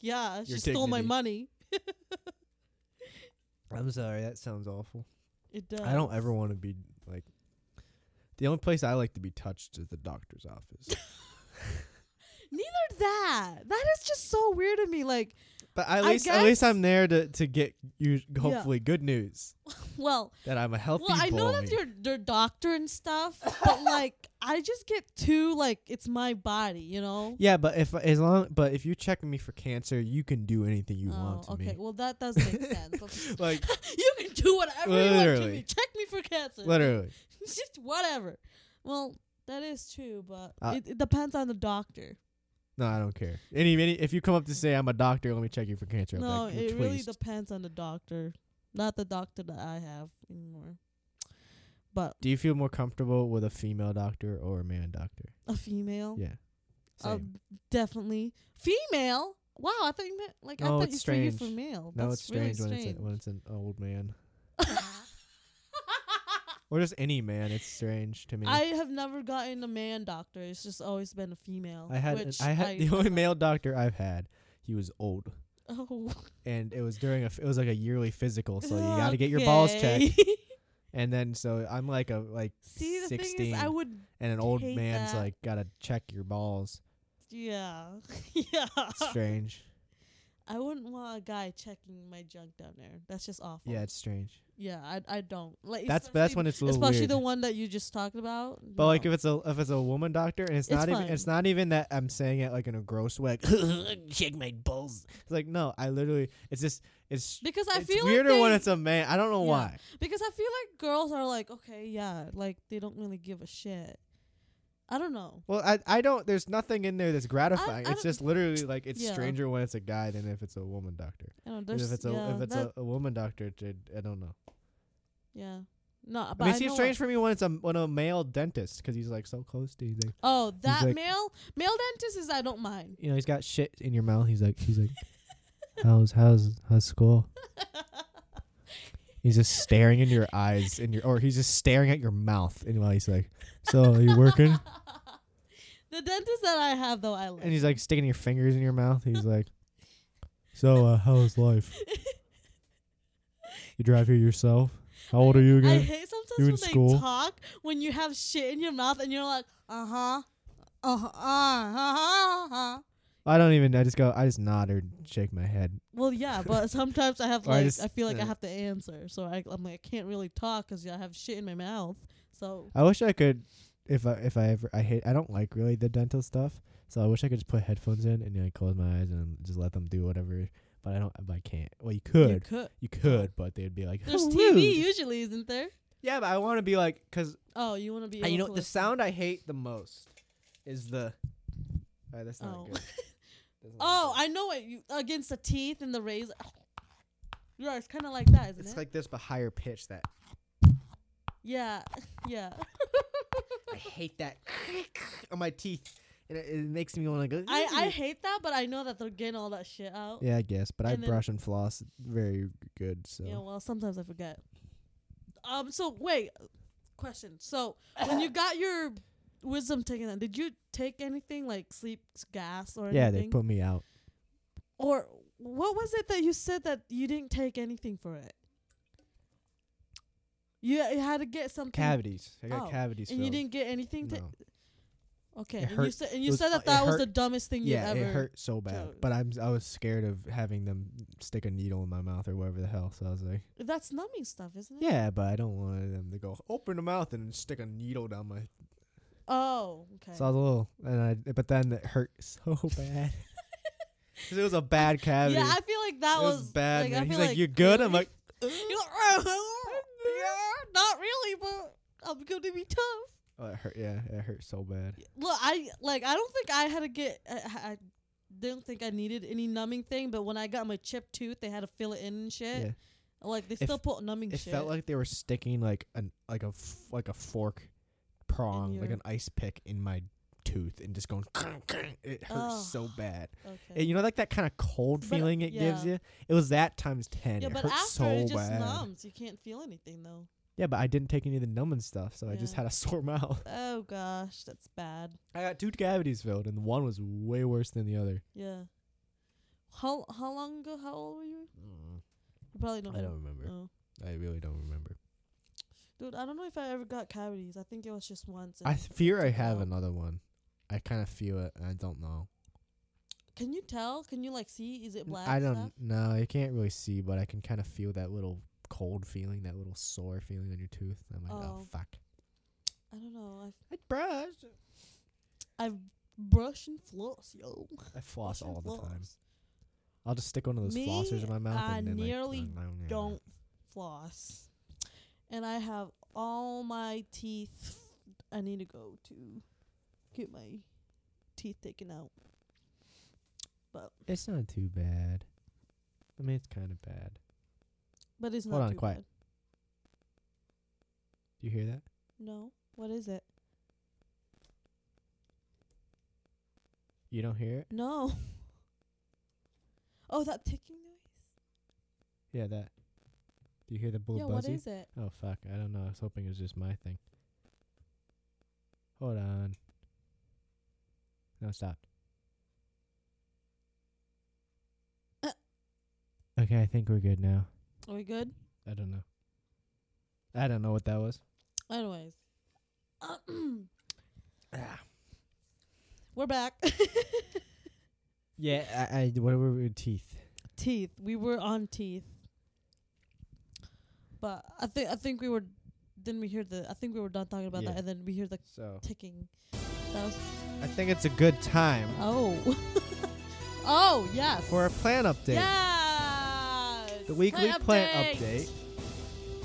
[SPEAKER 1] yeah, she
[SPEAKER 2] Your
[SPEAKER 1] stole my money.
[SPEAKER 2] dignity. I'm sorry. That sounds awful.
[SPEAKER 1] It does.
[SPEAKER 2] I don't ever want to be like. The only place I like to be touched is the doctor's office.
[SPEAKER 1] Neither that. That is just so weird to me. Like,
[SPEAKER 2] But at
[SPEAKER 1] I
[SPEAKER 2] least at least
[SPEAKER 1] guess-
[SPEAKER 2] I'm there to to get you hopefully good news
[SPEAKER 1] well,
[SPEAKER 2] that I'm a healthy.
[SPEAKER 1] well, I know
[SPEAKER 2] boy.
[SPEAKER 1] that's your their doctor and stuff, but like, I just get too like it's my body, you know.
[SPEAKER 2] Yeah, but if as long but if you're checking me for cancer, you can do anything you want to
[SPEAKER 1] Oh, okay.
[SPEAKER 2] me.
[SPEAKER 1] Well, that does make sense. But
[SPEAKER 2] Like
[SPEAKER 1] you can do whatever you want to me.
[SPEAKER 2] Literally.
[SPEAKER 1] Check me for cancer.
[SPEAKER 2] literally.
[SPEAKER 1] Just whatever. Well, that is true, but
[SPEAKER 2] Uh,
[SPEAKER 1] it, it depends on the doctor.
[SPEAKER 2] No, I don't care. Any, any if you come up to say I'm a doctor, let me check you for cancer. I'll be
[SPEAKER 1] No,
[SPEAKER 2] like,
[SPEAKER 1] it really
[SPEAKER 2] "Please."
[SPEAKER 1] depends on the doctor, not the doctor that I have anymore. But
[SPEAKER 2] Do you feel more comfortable with a female doctor or a man doctor?
[SPEAKER 1] a female,
[SPEAKER 2] Yeah.
[SPEAKER 1] uh,
[SPEAKER 2] Same.
[SPEAKER 1] definitely female. Wow, I think that like I
[SPEAKER 2] No,
[SPEAKER 1] thought you
[SPEAKER 2] it's
[SPEAKER 1] threw you for
[SPEAKER 2] strange.
[SPEAKER 1] meal.
[SPEAKER 2] No,
[SPEAKER 1] That's
[SPEAKER 2] it's strange,
[SPEAKER 1] really
[SPEAKER 2] when it's
[SPEAKER 1] strange.
[SPEAKER 2] a, when it's an old man or just any man. It's strange to me.
[SPEAKER 1] I have never gotten a man doctor. It's just always been a female.
[SPEAKER 2] I had
[SPEAKER 1] which
[SPEAKER 2] I had the
[SPEAKER 1] don't
[SPEAKER 2] only
[SPEAKER 1] like.
[SPEAKER 2] male doctor I've had. He was old,
[SPEAKER 1] Oh,
[SPEAKER 2] and it was during a f- it was like a yearly physical, so you got to get your balls checked.
[SPEAKER 1] okay.
[SPEAKER 2] And then so I'm like a like
[SPEAKER 1] See, the thing
[SPEAKER 2] sixteen,
[SPEAKER 1] is, I would.
[SPEAKER 2] and an old
[SPEAKER 1] hate
[SPEAKER 2] man's
[SPEAKER 1] that.
[SPEAKER 2] like gotta check your balls.
[SPEAKER 1] Yeah, yeah.
[SPEAKER 2] It's strange.
[SPEAKER 1] I wouldn't want a guy checking my junk down there. That's just awful.
[SPEAKER 2] yeah, it's strange.
[SPEAKER 1] yeah. I I don't like.
[SPEAKER 2] That's that's
[SPEAKER 1] especially-
[SPEAKER 2] when it's a little
[SPEAKER 1] especially
[SPEAKER 2] weird.
[SPEAKER 1] the one that you just talked about.
[SPEAKER 2] But like
[SPEAKER 1] No.
[SPEAKER 2] if it's a if it's a woman doctor and it's,
[SPEAKER 1] It's
[SPEAKER 2] not even it's
[SPEAKER 1] fine.
[SPEAKER 2] not even that I'm saying it like in a gross way. Like, Check my balls. It's like no, I literally it's just it's
[SPEAKER 1] because I
[SPEAKER 2] it's
[SPEAKER 1] feel
[SPEAKER 2] weirder
[SPEAKER 1] like they,
[SPEAKER 2] when it's a man. I don't know
[SPEAKER 1] Yeah.
[SPEAKER 2] why.
[SPEAKER 1] Because I feel like girls are like, okay, yeah, like they don't really give a shit. I don't know.
[SPEAKER 2] Well, I I don't. There's nothing in there that's gratifying.
[SPEAKER 1] I don't-
[SPEAKER 2] it's just literally like it's
[SPEAKER 1] Yeah.
[SPEAKER 2] stranger when it's a guy than if it's a woman doctor.
[SPEAKER 1] I don't know.
[SPEAKER 2] Because
[SPEAKER 1] There's,
[SPEAKER 2] If it's a
[SPEAKER 1] yeah,
[SPEAKER 2] if it's
[SPEAKER 1] that,
[SPEAKER 2] a, a woman doctor, it, it- I don't know.
[SPEAKER 1] yeah. No,
[SPEAKER 2] I
[SPEAKER 1] but
[SPEAKER 2] mean,
[SPEAKER 1] I
[SPEAKER 2] it seems
[SPEAKER 1] know
[SPEAKER 2] strange for me when it's a when a male dentist because he's like so close to you. He's like,
[SPEAKER 1] Oh, that
[SPEAKER 2] like-
[SPEAKER 1] male male dentist is I don't mind.
[SPEAKER 2] you know, he's got shit in your mouth. He's like he's like, how's how's how's school? He's just staring into your eyes and your or he's just staring at your mouth and while he's like, So "Oh, are you working?
[SPEAKER 1] the dentist that I have though I like.
[SPEAKER 2] And he's like sticking your fingers in your mouth. He's like So uh how's life? You drive here yourself? How old are you
[SPEAKER 1] I
[SPEAKER 2] again?
[SPEAKER 1] hate sometimes
[SPEAKER 2] You in
[SPEAKER 1] when they
[SPEAKER 2] school?
[SPEAKER 1] talk when you have shit in your mouth and you're like, uh huh, uh huh, uh huh.
[SPEAKER 2] I don't even I just go I just nod or shake my head.
[SPEAKER 1] Well, yeah, but sometimes I have
[SPEAKER 2] Or I
[SPEAKER 1] like
[SPEAKER 2] just-
[SPEAKER 1] I feel like
[SPEAKER 2] yeah.
[SPEAKER 1] I have to answer, so I, I'm like I can't really talk 'cause I have shit in my mouth. So
[SPEAKER 2] I wish I could if I if I ever I hate I don't like really the dental stuff. So I wish I could just put headphones in and like close my eyes and just let them do whatever. But I don't I can't. Well you could.
[SPEAKER 1] you
[SPEAKER 2] You,
[SPEAKER 1] could.
[SPEAKER 2] could, but they'd be like
[SPEAKER 1] There's
[SPEAKER 2] "How
[SPEAKER 1] TV
[SPEAKER 2] rude."
[SPEAKER 1] usually, isn't there?
[SPEAKER 2] Yeah, but I want to be like, cause
[SPEAKER 1] Oh, you want to be?
[SPEAKER 2] uh, you
[SPEAKER 1] able
[SPEAKER 2] know
[SPEAKER 1] to
[SPEAKER 2] the
[SPEAKER 1] listen.
[SPEAKER 2] sound I hate the most is the. Alright, that's not
[SPEAKER 1] Oh.
[SPEAKER 2] good. Doesn't
[SPEAKER 1] Oh,
[SPEAKER 2] look
[SPEAKER 1] I know it. You, against the teeth and the razor. Yeah, it's kind of like that,
[SPEAKER 2] good.
[SPEAKER 1] isn't
[SPEAKER 2] it's
[SPEAKER 1] it?
[SPEAKER 2] like this but higher pitch. That
[SPEAKER 1] yeah, yeah.
[SPEAKER 2] I hate that on my teeth, and it, it makes me want to go.
[SPEAKER 1] I I hate that, but I know that they're getting all that shit out.
[SPEAKER 2] Yeah, I guess, but I
[SPEAKER 1] And then-
[SPEAKER 2] brush and floss very good. So
[SPEAKER 1] Yeah, well, sometimes I forget. Um, so wait, question. So when you got your wisdom taken out, did you take anything like sleep gas or
[SPEAKER 2] yeah, they
[SPEAKER 1] anything?
[SPEAKER 2] put me out.
[SPEAKER 1] or what was it that you said that you didn't take anything for it? You, you had to get something,
[SPEAKER 2] Cavities. I got
[SPEAKER 1] Oh,
[SPEAKER 2] cavities.
[SPEAKER 1] and you
[SPEAKER 2] filled.
[SPEAKER 1] didn't get anything. Ta-
[SPEAKER 2] No.
[SPEAKER 1] okay,
[SPEAKER 2] It
[SPEAKER 1] and you
[SPEAKER 2] hurt.
[SPEAKER 1] said and
[SPEAKER 2] It
[SPEAKER 1] you
[SPEAKER 2] was-
[SPEAKER 1] said
[SPEAKER 2] it
[SPEAKER 1] that that was the
[SPEAKER 2] hurt.
[SPEAKER 1] dumbest thing
[SPEAKER 2] yeah,
[SPEAKER 1] you ever.
[SPEAKER 2] it hurt so bad.
[SPEAKER 1] felt.
[SPEAKER 2] But I'm I was scared of having them stick a needle in my mouth or whatever the hell. So I was like,
[SPEAKER 1] That's numbing stuff, isn't it?
[SPEAKER 2] yeah, but I don't want them to go open their mouth and stick a needle down my
[SPEAKER 1] Oh, okay.
[SPEAKER 2] So I was a little, and I, but then it hurt so bad. 'Cause it was a bad cavity.
[SPEAKER 1] yeah, I feel like that
[SPEAKER 2] it was, bad,
[SPEAKER 1] like, I
[SPEAKER 2] man. He's
[SPEAKER 1] feel
[SPEAKER 2] like, "You're good." I'm like,
[SPEAKER 1] You're like, yeah, not really, but I'm gonna be tough.
[SPEAKER 2] oh, it hurt. Yeah, it hurt so bad.
[SPEAKER 1] Look, I like I don't think I had to get. I, I I didn't think I needed any numbing thing, but when I got my chipped tooth, they had to fill it in and shit.
[SPEAKER 2] Yeah.
[SPEAKER 1] Like they still put numbing
[SPEAKER 2] It
[SPEAKER 1] shit.
[SPEAKER 2] felt like they were sticking like an like a f- like a fork prong, like
[SPEAKER 1] your-
[SPEAKER 2] an ice pick in my tooth, and just going. It hurt
[SPEAKER 1] Oh.
[SPEAKER 2] so bad.
[SPEAKER 1] okay.
[SPEAKER 2] And you know, like that kind of cold
[SPEAKER 1] But, uh,
[SPEAKER 2] feeling it gives
[SPEAKER 1] yeah.
[SPEAKER 2] you. It was that times ten.
[SPEAKER 1] yeah,
[SPEAKER 2] it
[SPEAKER 1] but
[SPEAKER 2] hurt
[SPEAKER 1] after
[SPEAKER 2] so
[SPEAKER 1] it just
[SPEAKER 2] bad.
[SPEAKER 1] numbs. You can't feel anything though.
[SPEAKER 2] Yeah, but I didn't take any of the numbing stuff, so I just
[SPEAKER 1] Yeah.
[SPEAKER 2] had a sore mouth.
[SPEAKER 1] Oh gosh, that's bad.
[SPEAKER 2] I got two cavities filled, and one was way worse than the other.
[SPEAKER 1] Yeah. How how long ago? How old were you? You probably don't.
[SPEAKER 2] Mm, I
[SPEAKER 1] know.
[SPEAKER 2] don't remember.
[SPEAKER 1] Oh.
[SPEAKER 2] I really don't remember.
[SPEAKER 1] Dude, I don't know if I ever got cavities. I think it was just once.
[SPEAKER 2] I
[SPEAKER 1] and-
[SPEAKER 2] fear I
[SPEAKER 1] took it
[SPEAKER 2] have
[SPEAKER 1] out.
[SPEAKER 2] another one. I kind of feel it. and I don't know.
[SPEAKER 1] Can you tell? Can you like see? Is it
[SPEAKER 2] N-
[SPEAKER 1] black?
[SPEAKER 2] I
[SPEAKER 1] Stuff?
[SPEAKER 2] don't know. You can't really see, but I can kind of feel that little cold feeling, that little sore feeling on your tooth. and I'm like, oh,
[SPEAKER 1] Oh.
[SPEAKER 2] fuck.
[SPEAKER 1] I don't know. I've
[SPEAKER 2] I brush.
[SPEAKER 1] I've brush and floss, yo.
[SPEAKER 2] I floss
[SPEAKER 1] Brush and
[SPEAKER 2] all the time.
[SPEAKER 1] floss.
[SPEAKER 2] I'll just stick one of those
[SPEAKER 1] Me,
[SPEAKER 2] flossers in my mouth.
[SPEAKER 1] I
[SPEAKER 2] and then, like,
[SPEAKER 1] nearly
[SPEAKER 2] mm,
[SPEAKER 1] Don't floss. And I have all my teeth. I need to go to get my teeth taken out.
[SPEAKER 2] It's not too bad. I mean, it's kind of bad.
[SPEAKER 1] But it's
[SPEAKER 2] Hold
[SPEAKER 1] not
[SPEAKER 2] on,
[SPEAKER 1] too
[SPEAKER 2] quiet.
[SPEAKER 1] bad.
[SPEAKER 2] Do you hear that?
[SPEAKER 1] No. What is it?
[SPEAKER 2] You don't hear it?
[SPEAKER 1] No. Oh, that ticking noise.
[SPEAKER 2] Yeah, that. Do you hear the bull
[SPEAKER 1] yeah,
[SPEAKER 2] buzzy?
[SPEAKER 1] what is it?
[SPEAKER 2] Oh fuck! I don't know. I was hoping it was just my thing. Hold on. No, stop.
[SPEAKER 1] Uh.
[SPEAKER 2] Okay, I think we're good now.
[SPEAKER 1] Are we good?
[SPEAKER 2] I don't know. I don't know what that was.
[SPEAKER 1] Anyways,
[SPEAKER 2] Ah.
[SPEAKER 1] we're back.
[SPEAKER 2] Yeah, I, I what were your teeth?
[SPEAKER 1] teeth. We were on teeth, but I think I think we were. Didn't we hear the? I think we were done talking about
[SPEAKER 2] Yeah.
[SPEAKER 1] that, and then we hear the
[SPEAKER 2] So
[SPEAKER 1] ticking. That was
[SPEAKER 2] I think it's a good time
[SPEAKER 1] oh, oh yes.
[SPEAKER 2] for a plan update.
[SPEAKER 1] Yes.
[SPEAKER 2] The weekly plant update.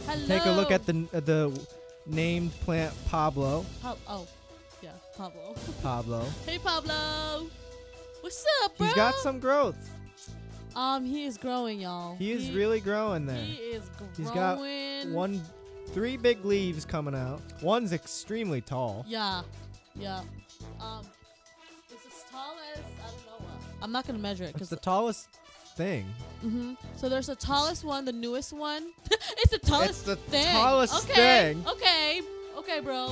[SPEAKER 1] Hello.
[SPEAKER 2] Take a look at the uh, the named plant Pablo.
[SPEAKER 1] Pa- oh, yeah, Pablo.
[SPEAKER 2] Pablo.
[SPEAKER 1] hey, Pablo. What's up, bro?
[SPEAKER 2] He's got some growth.
[SPEAKER 1] Um, he is growing, y'all.
[SPEAKER 2] He is really growing there.
[SPEAKER 1] He is growing.
[SPEAKER 2] He's got One, three big leaves coming out. One's extremely tall.
[SPEAKER 1] Yeah, yeah. Um, it's as tall as I don't know what. I'm not gonna measure it
[SPEAKER 2] It's
[SPEAKER 1] because.
[SPEAKER 2] the tallest thing.
[SPEAKER 1] hmm So there's the tallest one, the newest one. it's the tallest
[SPEAKER 2] it's the
[SPEAKER 1] thing.
[SPEAKER 2] tallest
[SPEAKER 1] okay,
[SPEAKER 2] thing.
[SPEAKER 1] Okay. Okay, bro.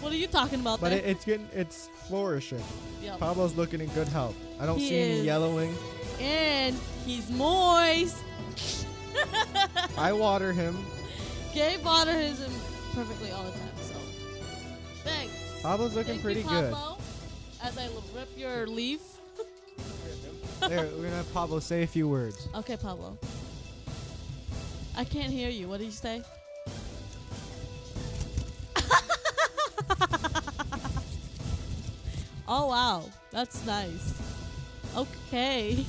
[SPEAKER 1] What are you talking about?
[SPEAKER 2] But
[SPEAKER 1] there?
[SPEAKER 2] it, it's getting, it's flourishing.
[SPEAKER 1] Yep.
[SPEAKER 2] Pablo's looking in good health. I don't
[SPEAKER 1] He
[SPEAKER 2] see any
[SPEAKER 1] is.
[SPEAKER 2] yellowing.
[SPEAKER 1] and he's moist.
[SPEAKER 2] I water him.
[SPEAKER 1] Gabe water is in perfectly all the time. So thanks.
[SPEAKER 2] Pablo's looking
[SPEAKER 1] Thank
[SPEAKER 2] pretty
[SPEAKER 1] you,
[SPEAKER 2] good.
[SPEAKER 1] Pablo, As I l- rip your leaf.
[SPEAKER 2] There, we're gonna have Pablo say a few words.
[SPEAKER 1] Okay, Pablo. I can't hear you. What did you say? oh wow, that's nice. Okay,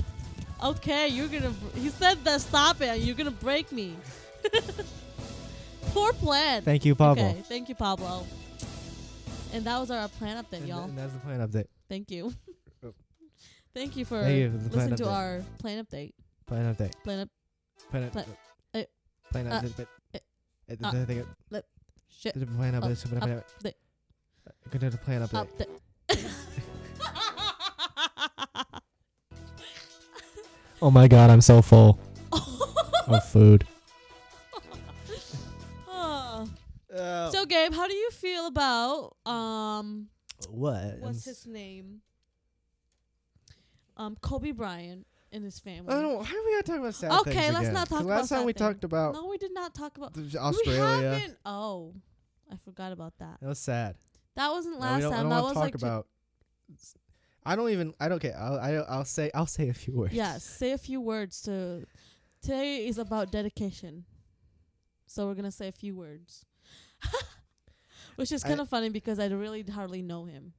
[SPEAKER 1] okay, you're gonna. Br- he said that. Stop it. You're gonna break me. Poor plant.
[SPEAKER 2] Thank you, Pablo.
[SPEAKER 1] Okay, thank you, Pablo. And that was our plan update,
[SPEAKER 2] And,
[SPEAKER 1] y'all.
[SPEAKER 2] and that's the plan update.
[SPEAKER 1] Thank you.
[SPEAKER 2] Oh.
[SPEAKER 1] thank you for
[SPEAKER 2] Thank you for the plan
[SPEAKER 1] listening to
[SPEAKER 2] update.
[SPEAKER 1] our plan update.
[SPEAKER 2] Plan update.
[SPEAKER 1] Plan up.
[SPEAKER 2] Plan
[SPEAKER 1] Pla- uh,
[SPEAKER 2] update. Plan
[SPEAKER 1] uh,
[SPEAKER 2] update.
[SPEAKER 1] uh,
[SPEAKER 2] Uh,
[SPEAKER 1] uh,
[SPEAKER 2] the thing-
[SPEAKER 1] Shit.
[SPEAKER 2] the Plan
[SPEAKER 1] up-
[SPEAKER 2] update. Plan
[SPEAKER 1] update.
[SPEAKER 2] update. Go to the plan update.
[SPEAKER 1] Update.
[SPEAKER 2] Oh my god, I'm so full of food.
[SPEAKER 1] Oh.
[SPEAKER 2] Uh,
[SPEAKER 1] So Gabe, how do you feel about um
[SPEAKER 2] what?
[SPEAKER 1] what's his name? Um Kobe Bryant and his family.
[SPEAKER 2] I don't. Why are we gotta talk about sad
[SPEAKER 1] Okay,
[SPEAKER 2] things
[SPEAKER 1] let's
[SPEAKER 2] again?
[SPEAKER 1] not
[SPEAKER 2] 'Cause
[SPEAKER 1] talk
[SPEAKER 2] Last
[SPEAKER 1] about
[SPEAKER 2] time
[SPEAKER 1] sad
[SPEAKER 2] we
[SPEAKER 1] things.
[SPEAKER 2] talked about
[SPEAKER 1] no, we did not talk about
[SPEAKER 2] th-
[SPEAKER 1] We
[SPEAKER 2] Australia.
[SPEAKER 1] haven't. Oh, I forgot about that.
[SPEAKER 2] That was sad.
[SPEAKER 1] That wasn't
[SPEAKER 2] No, we
[SPEAKER 1] last
[SPEAKER 2] don't, I
[SPEAKER 1] time.
[SPEAKER 2] don't
[SPEAKER 1] That
[SPEAKER 2] wanna
[SPEAKER 1] was
[SPEAKER 2] talk
[SPEAKER 1] like ju-
[SPEAKER 2] about. I don't even. I don't care. I'll, I, I'll say. I'll say a few words.
[SPEAKER 1] Yes, say a few words to. Today is about dedication. So we're going to say a few words. Which is
[SPEAKER 2] I-
[SPEAKER 1] kind of funny because I really hardly know him.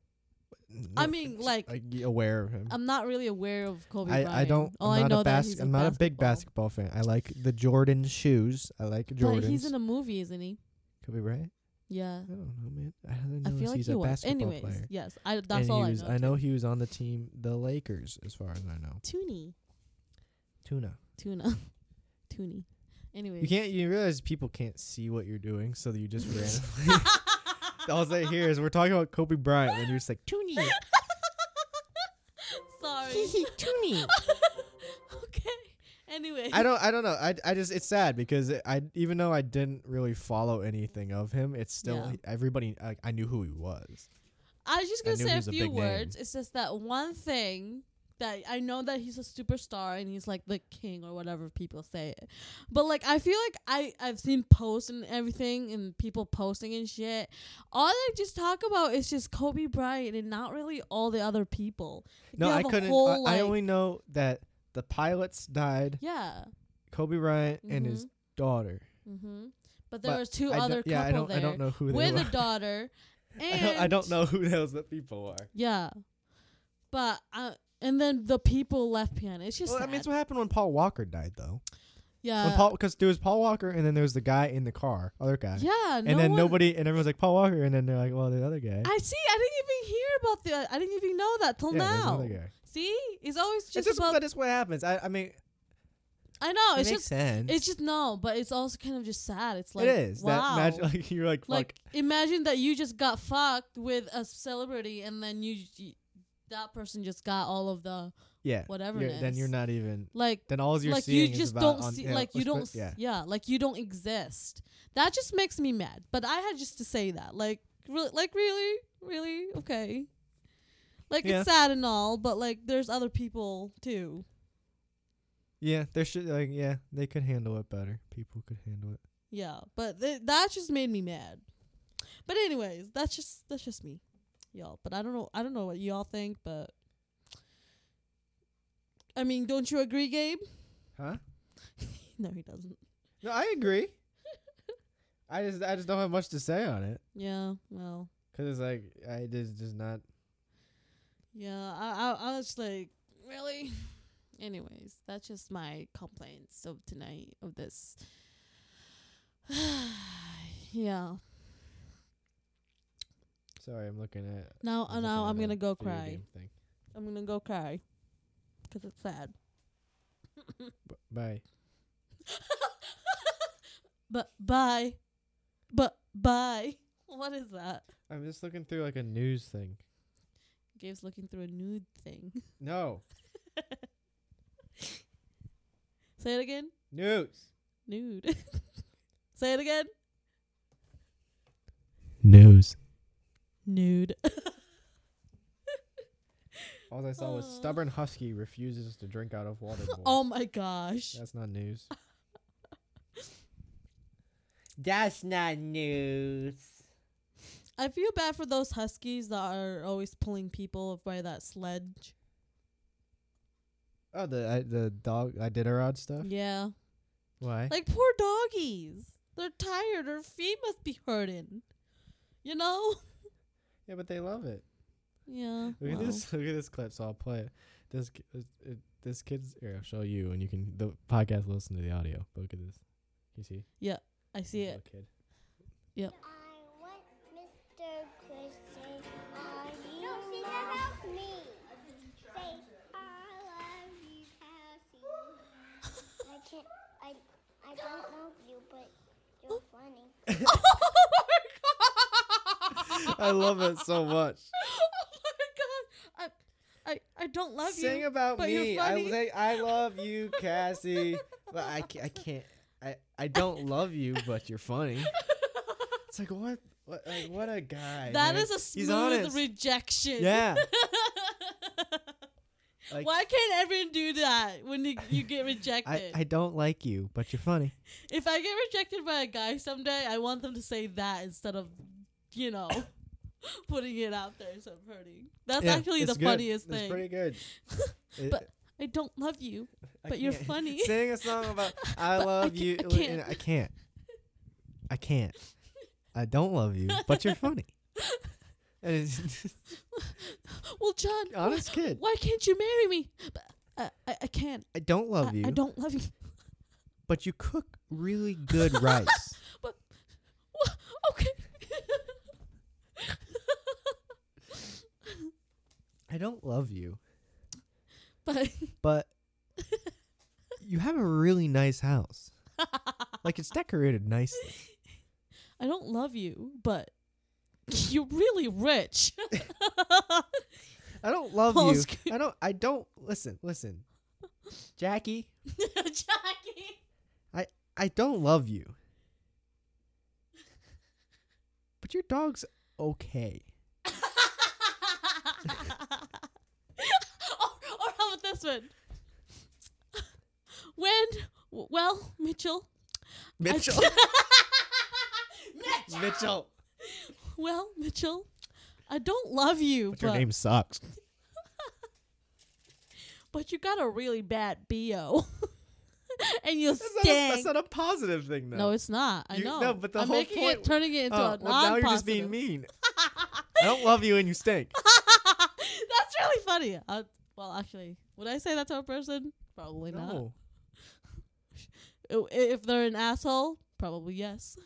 [SPEAKER 2] No,
[SPEAKER 1] I mean,
[SPEAKER 2] it's-
[SPEAKER 1] like-
[SPEAKER 2] like y- aware of him.
[SPEAKER 1] I'm not really aware of Kobe Bryant.
[SPEAKER 2] I, I don't.
[SPEAKER 1] All
[SPEAKER 2] I'm
[SPEAKER 1] I
[SPEAKER 2] not
[SPEAKER 1] know
[SPEAKER 2] a
[SPEAKER 1] that
[SPEAKER 2] bas-
[SPEAKER 1] he's
[SPEAKER 2] I'm not a big basketball fan. I like the Jordan shoes. I like Jordans.
[SPEAKER 1] But he's in a movie, isn't he?
[SPEAKER 2] Could be right.
[SPEAKER 1] Yeah.
[SPEAKER 2] I don't know, man. I don't know
[SPEAKER 1] I feel like
[SPEAKER 2] he's
[SPEAKER 1] he
[SPEAKER 2] a
[SPEAKER 1] was.
[SPEAKER 2] basketball
[SPEAKER 1] Anyways,
[SPEAKER 2] player.
[SPEAKER 1] yes. I, that's
[SPEAKER 2] and
[SPEAKER 1] all
[SPEAKER 2] he was,
[SPEAKER 1] I know.
[SPEAKER 2] know he was on the team, the Lakers, as far as I know.
[SPEAKER 1] Toonie.
[SPEAKER 2] Tuna.
[SPEAKER 1] Tuna. Toonie. Anyways.
[SPEAKER 2] You can't. You realize people can't see what you're doing, so you just randomly. All they hear is we're talking about Kobe Bryant, and you're just like,
[SPEAKER 3] Toonie.
[SPEAKER 1] Sorry.
[SPEAKER 3] Hee Toonie.
[SPEAKER 1] okay. Anyway.
[SPEAKER 2] I don't. I don't know. I. I just. It's sad because I. Even though I didn't really follow anything of him, it's still
[SPEAKER 1] Yeah.
[SPEAKER 2] everybody. I, I knew who he was.
[SPEAKER 1] I was just
[SPEAKER 2] I
[SPEAKER 1] gonna
[SPEAKER 2] knew
[SPEAKER 1] say
[SPEAKER 2] he
[SPEAKER 1] a
[SPEAKER 2] was a
[SPEAKER 1] few
[SPEAKER 2] big name.
[SPEAKER 1] words. It's just that one thing that I know that he's a superstar and he's like the king or whatever people say it. But like I feel like I I've seen posts and everything and people posting and shit. All they just talk about is just Kobe Bryant and not really all the other people. Like,
[SPEAKER 2] No,
[SPEAKER 1] they
[SPEAKER 2] I
[SPEAKER 1] have a
[SPEAKER 2] couldn't.
[SPEAKER 1] whole,
[SPEAKER 2] I, I
[SPEAKER 1] like-
[SPEAKER 2] only know that the pilots died.
[SPEAKER 1] yeah.
[SPEAKER 2] Kobe Bryant and his
[SPEAKER 1] Mhm.
[SPEAKER 2] daughter.
[SPEAKER 1] Mm-hmm. But there
[SPEAKER 2] But
[SPEAKER 1] was two
[SPEAKER 2] I
[SPEAKER 1] other
[SPEAKER 2] don't, yeah, I
[SPEAKER 1] couple
[SPEAKER 2] don't.
[SPEAKER 1] there
[SPEAKER 2] I don't know who they
[SPEAKER 1] with
[SPEAKER 2] were.
[SPEAKER 1] a daughter.
[SPEAKER 2] I,
[SPEAKER 1] And
[SPEAKER 2] don't, I don't know who those the people are.
[SPEAKER 1] Yeah, but uh, and then the people left behind. It's just
[SPEAKER 2] Well, I
[SPEAKER 1] sad. Uh,
[SPEAKER 2] mean, it's what happened when Paul Walker died, though.
[SPEAKER 1] yeah.
[SPEAKER 2] When Paul, because there was Paul Walker, and then there was the guy in the car, other guy.
[SPEAKER 1] Yeah,
[SPEAKER 2] And
[SPEAKER 1] no
[SPEAKER 2] then
[SPEAKER 1] one-
[SPEAKER 2] nobody, and everyone's like Paul Walker, and then they're like, well, the other guy.
[SPEAKER 1] I see. I didn't even hear about the. I didn't even know that till
[SPEAKER 2] yeah, there's
[SPEAKER 1] now.
[SPEAKER 2] another guy.
[SPEAKER 1] See, it's always just,
[SPEAKER 2] it's just,
[SPEAKER 1] about.
[SPEAKER 2] that is what happens. I, I mean,
[SPEAKER 1] I know.
[SPEAKER 2] it
[SPEAKER 1] It's
[SPEAKER 2] makes
[SPEAKER 1] just.
[SPEAKER 2] sense.
[SPEAKER 1] It's just no, but it's also kind of just sad. It's like
[SPEAKER 2] it is
[SPEAKER 1] wow.
[SPEAKER 2] that magic. Like you're like,
[SPEAKER 1] like
[SPEAKER 2] fuck.
[SPEAKER 1] imagine that you just got fucked with a celebrity, and then you, that person just got all of the
[SPEAKER 2] yeah,
[SPEAKER 1] whatever
[SPEAKER 2] you're-
[SPEAKER 1] it
[SPEAKER 2] then you're
[SPEAKER 1] is.
[SPEAKER 2] not even.
[SPEAKER 1] like
[SPEAKER 2] Then all you're
[SPEAKER 1] like you
[SPEAKER 2] seeing is
[SPEAKER 1] just
[SPEAKER 2] about
[SPEAKER 1] don't
[SPEAKER 2] on-
[SPEAKER 1] see
[SPEAKER 2] yeah,
[SPEAKER 1] like you
[SPEAKER 2] what's
[SPEAKER 1] don't
[SPEAKER 2] the-
[SPEAKER 1] s-
[SPEAKER 2] yeah.
[SPEAKER 1] yeah like you don't exist that just makes me mad but i had just to say that like really like really really okay like
[SPEAKER 2] Yeah.
[SPEAKER 1] it's sad and all but like there's other people too
[SPEAKER 2] Yeah, there should like yeah, they could handle it better. People could handle it.
[SPEAKER 1] yeah but th- that just made me mad but anyways that's just that's just me y'all but i don't know i don't know what y'all think but i mean don't you agree gabe
[SPEAKER 2] Huh?
[SPEAKER 1] no he doesn't
[SPEAKER 2] No, I agree. I just I just don't have much to say on it
[SPEAKER 1] yeah well
[SPEAKER 2] because it's like I just just not.
[SPEAKER 1] Yeah, I, I, I was like, really? Anyways, that's just my complaints of tonight of this. yeah.
[SPEAKER 2] Sorry, I'm looking at.
[SPEAKER 1] Now, uh,
[SPEAKER 2] I'm
[SPEAKER 1] now I'm
[SPEAKER 2] looking at
[SPEAKER 1] gonna
[SPEAKER 2] a
[SPEAKER 1] go
[SPEAKER 2] video
[SPEAKER 1] cry.
[SPEAKER 2] game Thing.
[SPEAKER 1] I'm gonna go cry. 'Cause it's sad.
[SPEAKER 2] B- bye.
[SPEAKER 1] But bye, but bye. What is that?
[SPEAKER 2] I'm just looking through like a news thing.
[SPEAKER 1] Gabe's looking through a nude thing.
[SPEAKER 2] No
[SPEAKER 1] Say it again.
[SPEAKER 2] news.
[SPEAKER 1] Nude. Say it again.
[SPEAKER 2] News.
[SPEAKER 1] Nude.
[SPEAKER 2] All I saw was
[SPEAKER 1] Aw.
[SPEAKER 2] stubborn husky refuses to drink out of water bowl.
[SPEAKER 1] Uh. Oh my gosh.
[SPEAKER 2] That's not news.
[SPEAKER 3] That's not news.
[SPEAKER 1] I feel bad for those huskies that are always pulling people by that sledge.
[SPEAKER 2] Oh, the I, the dog Iditarod stuff.
[SPEAKER 1] Yeah.
[SPEAKER 2] Why?
[SPEAKER 1] Like poor doggies. They're tired. Their feet must be hurting. You know?
[SPEAKER 2] yeah, but they love it.
[SPEAKER 1] Yeah.
[SPEAKER 2] Look
[SPEAKER 1] well.
[SPEAKER 2] at this. Look at this clip. So I'll play it. This ki- this- it, this kid's. Here, I'll show you, and you can the podcast listen to the audio. But look at this. You see?
[SPEAKER 1] I see
[SPEAKER 2] This
[SPEAKER 1] it.
[SPEAKER 2] little Kid.
[SPEAKER 4] I want Mr. Christian. No, she's about me. Say, I love you, Cassie. I can't, I, I don't know you, but you're funny.
[SPEAKER 1] oh my god.
[SPEAKER 2] I love it so much.
[SPEAKER 1] oh my god. I I I don't love
[SPEAKER 2] Sing
[SPEAKER 1] you.
[SPEAKER 2] about
[SPEAKER 1] but you're
[SPEAKER 2] me. I
[SPEAKER 1] funny.
[SPEAKER 2] say I love you, Cassie. but I ca- I can't. I I don't love you, but you're funny. It's like what what like, what a guy.
[SPEAKER 1] That
[SPEAKER 2] man.
[SPEAKER 1] is a
[SPEAKER 2] He's
[SPEAKER 1] smooth
[SPEAKER 2] honest.
[SPEAKER 1] rejection.
[SPEAKER 2] yeah. Like
[SPEAKER 1] Why can't everyone do that when you, you get rejected?
[SPEAKER 2] I I don't like you, but you're funny.
[SPEAKER 1] If I get rejected by a guy someday, I want them to say that instead of, you know, putting it out there so I'm hurting. That's
[SPEAKER 2] Yeah,
[SPEAKER 1] actually the
[SPEAKER 2] it's good.
[SPEAKER 1] funniest
[SPEAKER 2] It's
[SPEAKER 1] thing.
[SPEAKER 2] pretty good. It-
[SPEAKER 1] But I don't love you.
[SPEAKER 2] I
[SPEAKER 1] but you're
[SPEAKER 2] can't.
[SPEAKER 1] funny.
[SPEAKER 2] Sing a song about
[SPEAKER 1] But
[SPEAKER 2] I
[SPEAKER 1] I
[SPEAKER 2] love
[SPEAKER 1] ca-
[SPEAKER 2] you.
[SPEAKER 1] I
[SPEAKER 2] and
[SPEAKER 1] can't.
[SPEAKER 2] I can't. I can't. I don't love you, but you're funny. And it's
[SPEAKER 1] Well, John, wh-
[SPEAKER 2] honest kid.
[SPEAKER 1] why can't you marry me? But I, I, I can't.
[SPEAKER 2] I don't love
[SPEAKER 1] I,
[SPEAKER 2] you,
[SPEAKER 1] I don't love you.
[SPEAKER 2] but you cook really good rice.
[SPEAKER 1] Wha- okay.
[SPEAKER 2] I don't love you,
[SPEAKER 1] but
[SPEAKER 2] but you have a really nice house. Like it's decorated nicely.
[SPEAKER 1] I don't love you, but you're really rich.
[SPEAKER 2] I don't love
[SPEAKER 1] Well,
[SPEAKER 2] you.
[SPEAKER 1] screw-
[SPEAKER 2] I don't I don't listen, listen. Jackie,
[SPEAKER 1] Jackie.
[SPEAKER 2] I don't love you. But your dog's okay.
[SPEAKER 1] or, or how about this one? When, w- well, Mitchell. I-
[SPEAKER 2] Mitchell.
[SPEAKER 1] Mitch-
[SPEAKER 2] Mitchell.
[SPEAKER 1] well, Mitchell, I don't love you,
[SPEAKER 2] But
[SPEAKER 1] but,
[SPEAKER 2] your name sucks.
[SPEAKER 1] but you got a really bad BO. and you
[SPEAKER 2] That's not, a, that's
[SPEAKER 1] stink.
[SPEAKER 2] not a positive thing though.
[SPEAKER 1] no, it's not. I
[SPEAKER 2] You-
[SPEAKER 1] know.
[SPEAKER 2] no, but the
[SPEAKER 1] I'm
[SPEAKER 2] whole
[SPEAKER 1] making it,
[SPEAKER 2] point-
[SPEAKER 1] turning it into
[SPEAKER 2] Oh,
[SPEAKER 1] a
[SPEAKER 2] well, now you're just being
[SPEAKER 1] non-positive.
[SPEAKER 2] mean. I don't love you and you stink.
[SPEAKER 1] That's really funny. Uh, well, actually, would I say that to a person? Probably not.
[SPEAKER 2] No.
[SPEAKER 1] I- if they're an asshole, probably yes.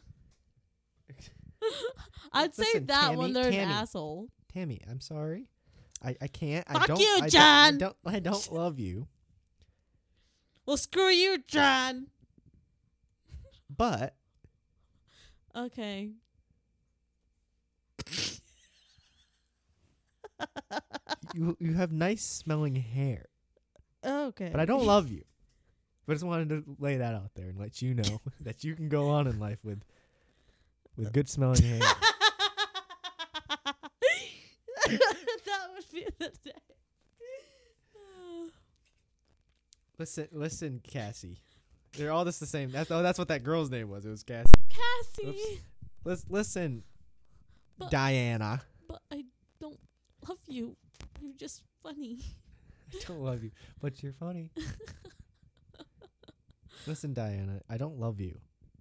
[SPEAKER 1] I'd say
[SPEAKER 2] Listen,
[SPEAKER 1] that when
[SPEAKER 2] Tammy,
[SPEAKER 1] they're an
[SPEAKER 2] Tammy.
[SPEAKER 1] asshole.
[SPEAKER 2] Tammy, I'm sorry. I, I can't. I
[SPEAKER 1] Fuck
[SPEAKER 2] don't,
[SPEAKER 1] you,
[SPEAKER 2] I don't-
[SPEAKER 1] John.
[SPEAKER 2] I don't, I don't love you,
[SPEAKER 1] Well, screw you, John.
[SPEAKER 2] but
[SPEAKER 1] Okay.
[SPEAKER 2] you you have nice smelling hair.
[SPEAKER 1] Okay.
[SPEAKER 2] But I don't love you. But I just wanted to lay that out there and let you know that you can go on in life with with good smelling hair.
[SPEAKER 1] that would be the day.
[SPEAKER 2] Listen, listen, Cassie. They're all just the same. That's oh, that's what that girl's name was. It was Cassie.
[SPEAKER 1] Cassie,
[SPEAKER 2] Oops. Let's listen,
[SPEAKER 1] But-
[SPEAKER 2] Diana.
[SPEAKER 1] but I don't love you. You're just funny.
[SPEAKER 2] I don't love you, but you're funny. listen, Diana. I don't love you,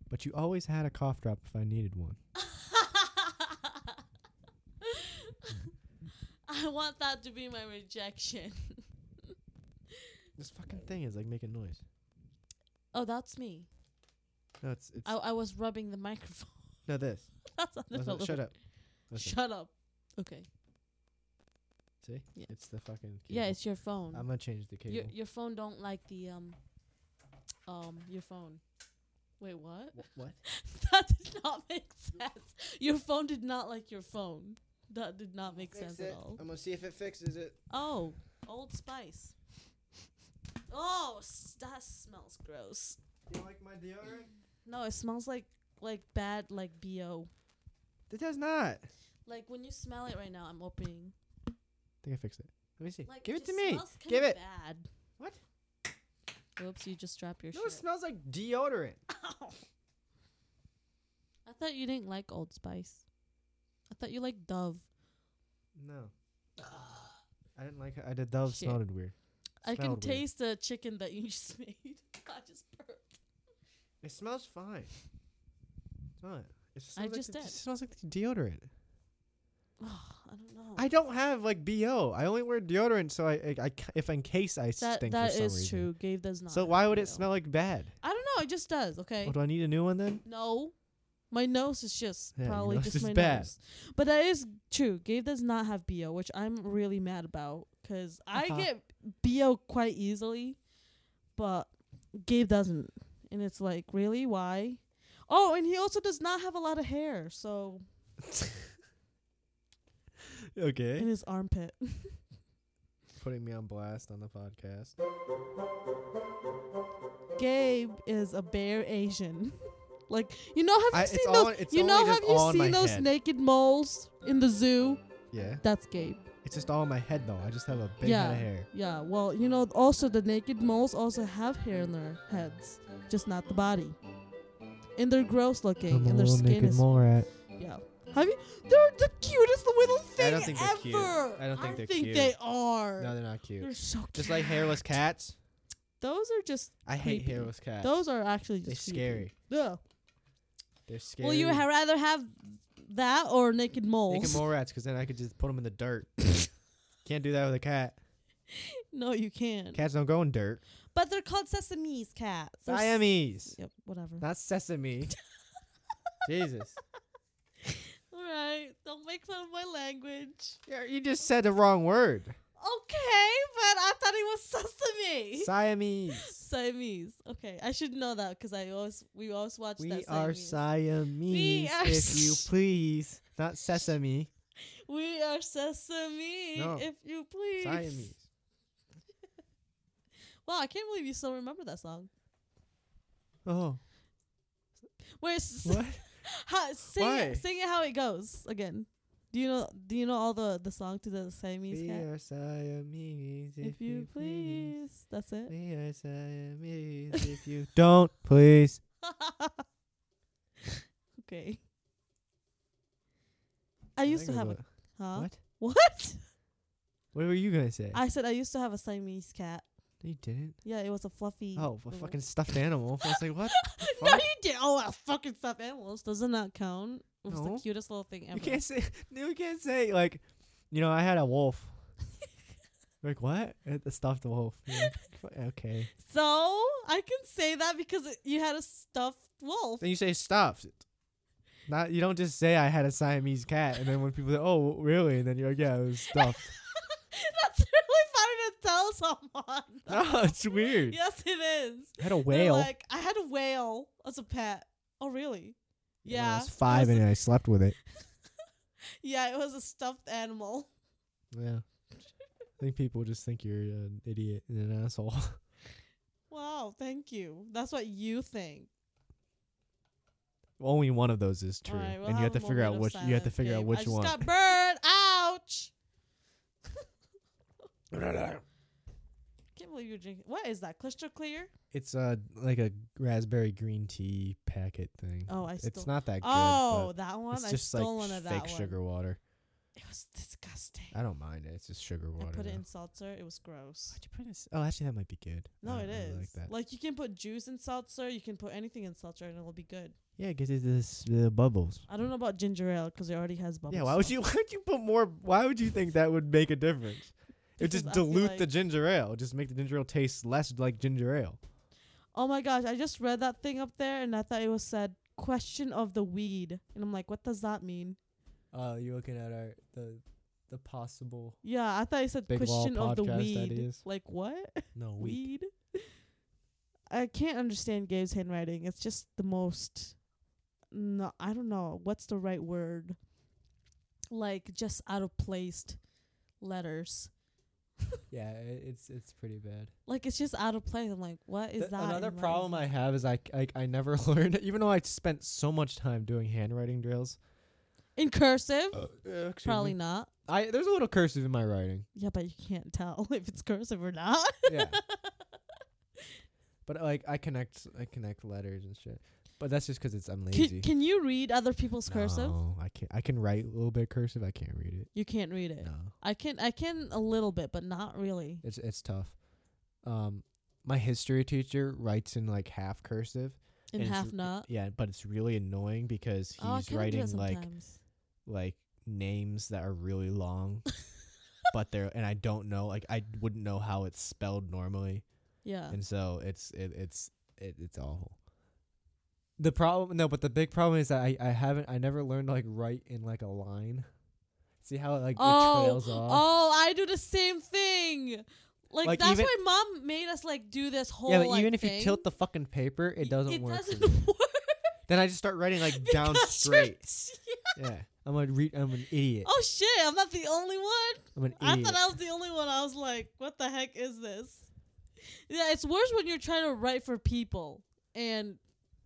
[SPEAKER 2] but you always had a cough drop if I needed one.
[SPEAKER 1] I want that to be my rejection.
[SPEAKER 2] This fucking thing is like making noise.
[SPEAKER 1] Oh, that's me.
[SPEAKER 2] No, it's it's
[SPEAKER 1] I, I was rubbing the microphone.
[SPEAKER 2] no Oh. this.
[SPEAKER 1] that's not
[SPEAKER 2] Listen,
[SPEAKER 1] the
[SPEAKER 2] shut up. Listen.
[SPEAKER 1] Shut up. Okay.
[SPEAKER 2] See,
[SPEAKER 1] Yeah.
[SPEAKER 2] it's the fucking.
[SPEAKER 1] Yeah,
[SPEAKER 2] cable.
[SPEAKER 1] it's your phone.
[SPEAKER 2] I'm gonna change the cable.
[SPEAKER 1] Your your phone don't like the um um your phone. Wait, what?
[SPEAKER 2] Wh- what?
[SPEAKER 1] that did not make sense. Your phone did not like your phone. That did not make sense at all.
[SPEAKER 2] I'm gonna see if it fixes it.
[SPEAKER 1] Oh, Old Spice. Oh, s- that smells gross.
[SPEAKER 2] You like my deodorant?
[SPEAKER 1] No, it smells like like bad like bo.
[SPEAKER 2] It does not. I
[SPEAKER 1] Like when you smell it right now, I'm opening.
[SPEAKER 2] think I fixed it. Let me see.
[SPEAKER 1] Like,
[SPEAKER 2] Give it to
[SPEAKER 1] just
[SPEAKER 2] me.
[SPEAKER 1] smells kinda
[SPEAKER 2] Give it.
[SPEAKER 1] Bad.
[SPEAKER 2] What?
[SPEAKER 1] Oops, you just dropped your
[SPEAKER 2] No, it
[SPEAKER 1] shit.
[SPEAKER 2] smells like deodorant.
[SPEAKER 1] I thought you didn't like Old Spice. I thought you liked Dove.
[SPEAKER 2] No. I didn't like. I did. Dove
[SPEAKER 1] Shit.
[SPEAKER 2] smelled weird.
[SPEAKER 1] I can
[SPEAKER 2] Smelled weird.
[SPEAKER 1] taste the chicken that you just made. I just burped.
[SPEAKER 2] It smells fine. Smell it. It just
[SPEAKER 1] I
[SPEAKER 2] smells like
[SPEAKER 1] just
[SPEAKER 2] the-
[SPEAKER 1] did.
[SPEAKER 2] It smells like the deodorant.
[SPEAKER 1] Oh, I don't know.
[SPEAKER 2] I don't have like bo. I only wear deodorant, so I, I, I ca- if in case I
[SPEAKER 1] that
[SPEAKER 2] stink
[SPEAKER 1] that
[SPEAKER 2] for some
[SPEAKER 1] is
[SPEAKER 2] reason.
[SPEAKER 1] true. Gabe does not.
[SPEAKER 2] So
[SPEAKER 1] have
[SPEAKER 2] why would it
[SPEAKER 1] BO.
[SPEAKER 2] smell like bad?
[SPEAKER 1] I don't know. It just does. Okay.
[SPEAKER 2] Well, do I need a new one then?
[SPEAKER 1] No. My nose is just
[SPEAKER 2] Yeah, your
[SPEAKER 1] probably
[SPEAKER 2] nose
[SPEAKER 1] just
[SPEAKER 2] is
[SPEAKER 1] my
[SPEAKER 2] bad.
[SPEAKER 1] nose. But that is true. Gabe does not have BO, which I'm really mad about 'cause I
[SPEAKER 2] Uh-huh.
[SPEAKER 1] get BO quite easily, but Gabe doesn't. And it's like, really? Why? Oh, and he also does not have a lot of hair, so in
[SPEAKER 2] Okay.
[SPEAKER 1] his armpit.
[SPEAKER 2] Putting me on blast on the podcast.
[SPEAKER 1] Gabe is a bare Asian. Like you know, have you
[SPEAKER 2] I- it's
[SPEAKER 1] seen
[SPEAKER 2] all-
[SPEAKER 1] those?
[SPEAKER 2] it's
[SPEAKER 1] You know,
[SPEAKER 2] only just
[SPEAKER 1] have you
[SPEAKER 2] all in
[SPEAKER 1] seen
[SPEAKER 2] my
[SPEAKER 1] those
[SPEAKER 2] head.
[SPEAKER 1] naked moles in the zoo?
[SPEAKER 2] Yeah.
[SPEAKER 1] That's Gabe.
[SPEAKER 2] It's just all in my head though. I just have a big
[SPEAKER 1] yeah,
[SPEAKER 2] head of hair.
[SPEAKER 1] yeah. Well, you know, also the naked moles also have hair in their heads, just not the body. And they're gross looking, and their skin is
[SPEAKER 2] mole rat.
[SPEAKER 1] yeah. Have you? They're the cutest little thing
[SPEAKER 2] I don't think they're
[SPEAKER 1] ever.
[SPEAKER 2] cute. I don't think they're cute.
[SPEAKER 1] they are.
[SPEAKER 2] No, they're not
[SPEAKER 1] They're
[SPEAKER 2] cute.
[SPEAKER 1] so cute.
[SPEAKER 2] Just like hairless cats.
[SPEAKER 1] Those are just.
[SPEAKER 2] I hate
[SPEAKER 1] Creepy.
[SPEAKER 2] hairless cats.
[SPEAKER 1] Those are actually
[SPEAKER 2] They're
[SPEAKER 1] just.
[SPEAKER 2] scary.
[SPEAKER 1] Yeah.
[SPEAKER 2] They're scary.
[SPEAKER 1] Will you ha- rather have that or naked moles?
[SPEAKER 2] Naked mole rats, because then I could just put them in the dirt. Can't do that with a cat.
[SPEAKER 1] no, you can't.
[SPEAKER 2] Cats don't go in dirt.
[SPEAKER 1] But they're called sesame's cats. They're s-
[SPEAKER 2] Siamese,
[SPEAKER 1] Yep. Whatever.
[SPEAKER 2] not sesame. Jesus.
[SPEAKER 1] All right. Don't make fun of my language.
[SPEAKER 2] Yeah, you just said the wrong word.
[SPEAKER 1] Okay, but I thought it was sesame.
[SPEAKER 2] Siamese.
[SPEAKER 1] Siamese. Okay, I should know that because I always we always watch
[SPEAKER 2] We
[SPEAKER 1] that.
[SPEAKER 2] are
[SPEAKER 1] Siamese.
[SPEAKER 2] Siamese,
[SPEAKER 1] are
[SPEAKER 2] if you
[SPEAKER 1] s-
[SPEAKER 2] please. Not sesame.
[SPEAKER 1] we are sesame,
[SPEAKER 2] No.
[SPEAKER 1] if you please.
[SPEAKER 2] Siamese.
[SPEAKER 1] Wow, I can't believe you still remember that song.
[SPEAKER 2] Oh,
[SPEAKER 1] Wait, s-
[SPEAKER 2] what?
[SPEAKER 1] how, sing
[SPEAKER 2] Why?
[SPEAKER 1] it, sing it how it goes again. Do you know? Do you know all the the song to the Siamese
[SPEAKER 2] we
[SPEAKER 1] cat?
[SPEAKER 2] are Siamese,
[SPEAKER 1] If, you please, that's it.
[SPEAKER 2] We are Siamese, if you don't please.
[SPEAKER 1] okay. I used to have a huh?
[SPEAKER 2] What?
[SPEAKER 1] What?
[SPEAKER 2] What were you gonna say?
[SPEAKER 1] I said I used to have a Siamese cat.
[SPEAKER 2] you didn't.
[SPEAKER 1] Yeah, it was a fluffy.
[SPEAKER 2] Oh, a
[SPEAKER 1] little-
[SPEAKER 2] fucking stuffed animal. I was like, what? the
[SPEAKER 1] no,
[SPEAKER 2] fuck?
[SPEAKER 1] you did. Oh, a fucking stuffed animals. Doesn't that count? It was
[SPEAKER 2] No.
[SPEAKER 1] the cutest little thing ever.
[SPEAKER 2] You can't say. You can't say like, you know, I had a wolf. like what? It- The stuffed wolf. You're like, "Fu- okay.
[SPEAKER 1] So I can say that because it, you had a stuffed wolf.
[SPEAKER 2] Then you say stuffed. Not you don't just say I had a Siamese cat, and then when people say, "Oh, really?" and then you're like, "Yeah, it was stuffed."
[SPEAKER 1] That's really funny to tell someone.
[SPEAKER 2] oh, it's weird.
[SPEAKER 1] Yes, it is.
[SPEAKER 2] I had a
[SPEAKER 1] They're
[SPEAKER 2] whale.
[SPEAKER 1] Like I had a whale as a pet. Oh, really?
[SPEAKER 2] when
[SPEAKER 1] Yeah.
[SPEAKER 2] I was five,
[SPEAKER 1] it was,
[SPEAKER 2] and I slept with it.
[SPEAKER 1] yeah, it was a stuffed animal.
[SPEAKER 2] Yeah. I think people just think you're an idiot and an asshole.
[SPEAKER 1] Wow, thank you. That's what you think.
[SPEAKER 2] Only one of those is true,
[SPEAKER 1] All right, we'll
[SPEAKER 2] and you have
[SPEAKER 1] a
[SPEAKER 2] to figure out
[SPEAKER 1] moment
[SPEAKER 2] which
[SPEAKER 1] of
[SPEAKER 2] you have to
[SPEAKER 1] silence,
[SPEAKER 2] figure out
[SPEAKER 1] babe. I
[SPEAKER 2] which
[SPEAKER 1] just
[SPEAKER 2] one.
[SPEAKER 1] got burned. Ouch! Can't believe you're drinking. What is that? Crystal clear?
[SPEAKER 2] It's uh like a raspberry green tea packet thing.
[SPEAKER 1] Oh, I
[SPEAKER 2] it's
[SPEAKER 1] stole.
[SPEAKER 2] not that good.
[SPEAKER 1] Oh,
[SPEAKER 2] but
[SPEAKER 1] that one.
[SPEAKER 2] it's
[SPEAKER 1] I
[SPEAKER 2] just
[SPEAKER 1] stole
[SPEAKER 2] like
[SPEAKER 1] one of
[SPEAKER 2] fake
[SPEAKER 1] that one.
[SPEAKER 2] sugar water.
[SPEAKER 1] It was disgusting.
[SPEAKER 2] I don't mind it. It's just sugar
[SPEAKER 1] I
[SPEAKER 2] water.
[SPEAKER 1] put it
[SPEAKER 2] though.
[SPEAKER 1] in seltzer. It was gross.
[SPEAKER 2] Why'd you put it in s- Oh, actually, that might be good. I
[SPEAKER 1] No, it
[SPEAKER 2] don't really
[SPEAKER 1] is.
[SPEAKER 2] Like that.
[SPEAKER 1] you can put juice in seltzer. You can put anything in seltzer, and it'll be good.
[SPEAKER 2] Yeah, get it this the bubbles.
[SPEAKER 1] I don't know about ginger ale 'cause it already has bubbles.
[SPEAKER 2] Yeah, why would
[SPEAKER 1] so-
[SPEAKER 2] you? Why would you put more? Why would you think that would make a difference? It would
[SPEAKER 1] Because
[SPEAKER 2] just
[SPEAKER 1] I feel
[SPEAKER 2] dilute the
[SPEAKER 1] like-
[SPEAKER 2] ginger ale. Just make the ginger ale taste less like ginger ale.
[SPEAKER 1] Oh my gosh! I just read that thing up there, and I thought it was said question of the weed, and I'm like, what does that mean?
[SPEAKER 2] Uh, you're looking at our the the possible
[SPEAKER 1] Yeah, I thought it said
[SPEAKER 2] Big wall
[SPEAKER 1] question of the
[SPEAKER 2] podcast
[SPEAKER 1] weed.
[SPEAKER 2] ideas.
[SPEAKER 1] Like what?
[SPEAKER 2] no
[SPEAKER 1] Weed. I can't understand Gabe's handwriting. It's just the most. No, I don't know what's the right word. Like just out of placed letters.
[SPEAKER 2] Yeah, it's it's pretty bad.
[SPEAKER 1] Like it's just out of place. I'm like, what is
[SPEAKER 2] Th-
[SPEAKER 1] that?
[SPEAKER 2] another
[SPEAKER 1] and what
[SPEAKER 2] problem
[SPEAKER 1] is
[SPEAKER 2] I
[SPEAKER 1] that?
[SPEAKER 2] have is I c- like I never learned even though I spent so much time doing handwriting drills.
[SPEAKER 1] in cursive. Probably
[SPEAKER 2] Probably
[SPEAKER 1] not.
[SPEAKER 2] I there's a little cursive in my writing.
[SPEAKER 1] Yeah, but you can't tell if it's cursive or not.
[SPEAKER 2] Yeah. but uh, like I connect I connect letters and shit. But that's just 'cause it's I'm lazy.
[SPEAKER 1] Can, can you read other people's cursive?
[SPEAKER 2] No, I can I can write a little bit cursive. I can't read it.
[SPEAKER 1] You can't read it.
[SPEAKER 2] No.
[SPEAKER 1] I can I can a little bit, but not really.
[SPEAKER 2] It's it's tough. Um my history teacher writes in like half cursive.
[SPEAKER 1] In
[SPEAKER 2] and it's
[SPEAKER 1] half
[SPEAKER 2] r-
[SPEAKER 1] not.
[SPEAKER 2] Yeah, but it's really annoying because
[SPEAKER 1] oh, I
[SPEAKER 2] he's
[SPEAKER 1] kinda do that
[SPEAKER 2] writing like
[SPEAKER 1] sometimes.
[SPEAKER 2] like names that are really long, but they're and I don't know like I wouldn't know how it's spelled normally,
[SPEAKER 1] yeah.
[SPEAKER 2] and so it's it, it's it, it's awful. The problem no, but the big problem is that I I haven't I never learned to like write in like a line. See how it like it
[SPEAKER 1] Oh,
[SPEAKER 2] trails off.
[SPEAKER 1] oh, I do the same thing. Like,
[SPEAKER 2] uh, Like,
[SPEAKER 1] that's
[SPEAKER 2] even-
[SPEAKER 1] why mom made us like do this oh, whole.
[SPEAKER 2] yeah, but
[SPEAKER 1] like,
[SPEAKER 2] even if
[SPEAKER 1] thing.
[SPEAKER 2] you tilt the fucking paper,
[SPEAKER 1] Y-
[SPEAKER 2] it doesn't
[SPEAKER 1] it
[SPEAKER 2] work. for
[SPEAKER 1] doesn't
[SPEAKER 2] me.
[SPEAKER 1] work.
[SPEAKER 2] Then I just start writing like down
[SPEAKER 1] because you're-
[SPEAKER 2] straight. Yeah, I'm a re- I'm an idiot.
[SPEAKER 1] Oh shit! I'm not the only one.
[SPEAKER 2] I'm an
[SPEAKER 1] I
[SPEAKER 2] idiot.
[SPEAKER 1] thought I was the only one. I was like, what the heck is this? Yeah, it's worse when you're trying to write for people and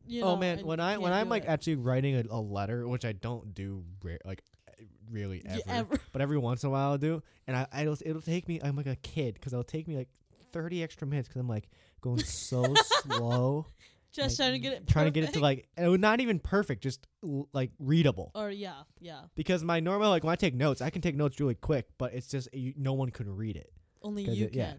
[SPEAKER 1] you know.
[SPEAKER 2] oh man,
[SPEAKER 1] and
[SPEAKER 2] when
[SPEAKER 1] you
[SPEAKER 2] I
[SPEAKER 1] can't
[SPEAKER 2] when I'm
[SPEAKER 1] do
[SPEAKER 2] like
[SPEAKER 1] it.
[SPEAKER 2] actually writing a, a letter, which I don't do rare, like eh, really
[SPEAKER 1] You
[SPEAKER 2] ever,
[SPEAKER 1] ever-
[SPEAKER 2] but every once in a while I'll do, and I it'll, it'll take me. I'm like a kid because it'll take me like 30 extra minutes because I'm like going so slow,
[SPEAKER 1] just
[SPEAKER 2] like,
[SPEAKER 1] trying to get it,
[SPEAKER 2] trying to get it to
[SPEAKER 1] perfect.
[SPEAKER 2] like eh, not even perfect, just l- like readable.
[SPEAKER 1] Or yeah, yeah.
[SPEAKER 2] Because my normal like when I take notes, I can take notes really quick, but it's just you, no one can read it.
[SPEAKER 1] Only
[SPEAKER 2] 'Cause
[SPEAKER 1] you
[SPEAKER 2] it-
[SPEAKER 1] can.
[SPEAKER 2] yeah.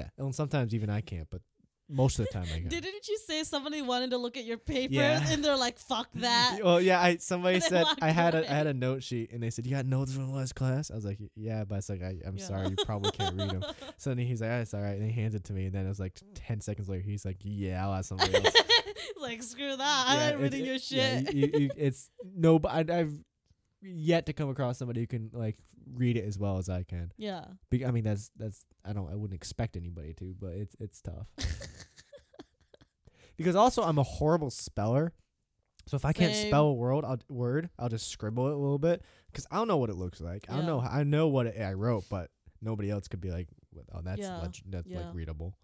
[SPEAKER 2] Yeah, and sometimes even I can't, but most of the time I can.
[SPEAKER 1] Didn't you say somebody wanted to look at your papers
[SPEAKER 2] Yeah.
[SPEAKER 1] and they're like, "Fuck that"?
[SPEAKER 2] Well, yeah, I somebody
[SPEAKER 1] And then
[SPEAKER 2] said
[SPEAKER 1] walked
[SPEAKER 2] I had
[SPEAKER 1] away.
[SPEAKER 2] a I had a note sheet and they said you got notes from last class. I was like, yeah, but it's like I, I'm
[SPEAKER 1] Yeah.
[SPEAKER 2] sorry, you probably can't read them. So then he's like, ah, it's all right, and he hands it to me, and then it was like
[SPEAKER 1] Mm.
[SPEAKER 2] ten seconds later, he's like, yeah, I'll ask somebody else.
[SPEAKER 1] like, screw that! I'm
[SPEAKER 2] Yeah,
[SPEAKER 1] not
[SPEAKER 2] it-
[SPEAKER 1] reading
[SPEAKER 2] it-
[SPEAKER 1] your
[SPEAKER 2] yeah,
[SPEAKER 1] shit.
[SPEAKER 2] you- you- it's no, but I, I've yet to come across somebody who can like read it as well as I can.
[SPEAKER 1] yeah.
[SPEAKER 2] Be- I mean, that's that's I don't I wouldn't expect anybody to, but it's it's tough. because also I'm a horrible speller. So if I can't
[SPEAKER 1] Same.
[SPEAKER 2] spell a word, I'll word, I'll just scribble it a little bit because I don't know what it looks like. I
[SPEAKER 1] Yeah.
[SPEAKER 2] don't know. I know what it, I wrote, but nobody else could be like, "Oh, that's
[SPEAKER 1] Yeah.
[SPEAKER 2] leg- that's
[SPEAKER 1] Yeah.
[SPEAKER 2] like readable."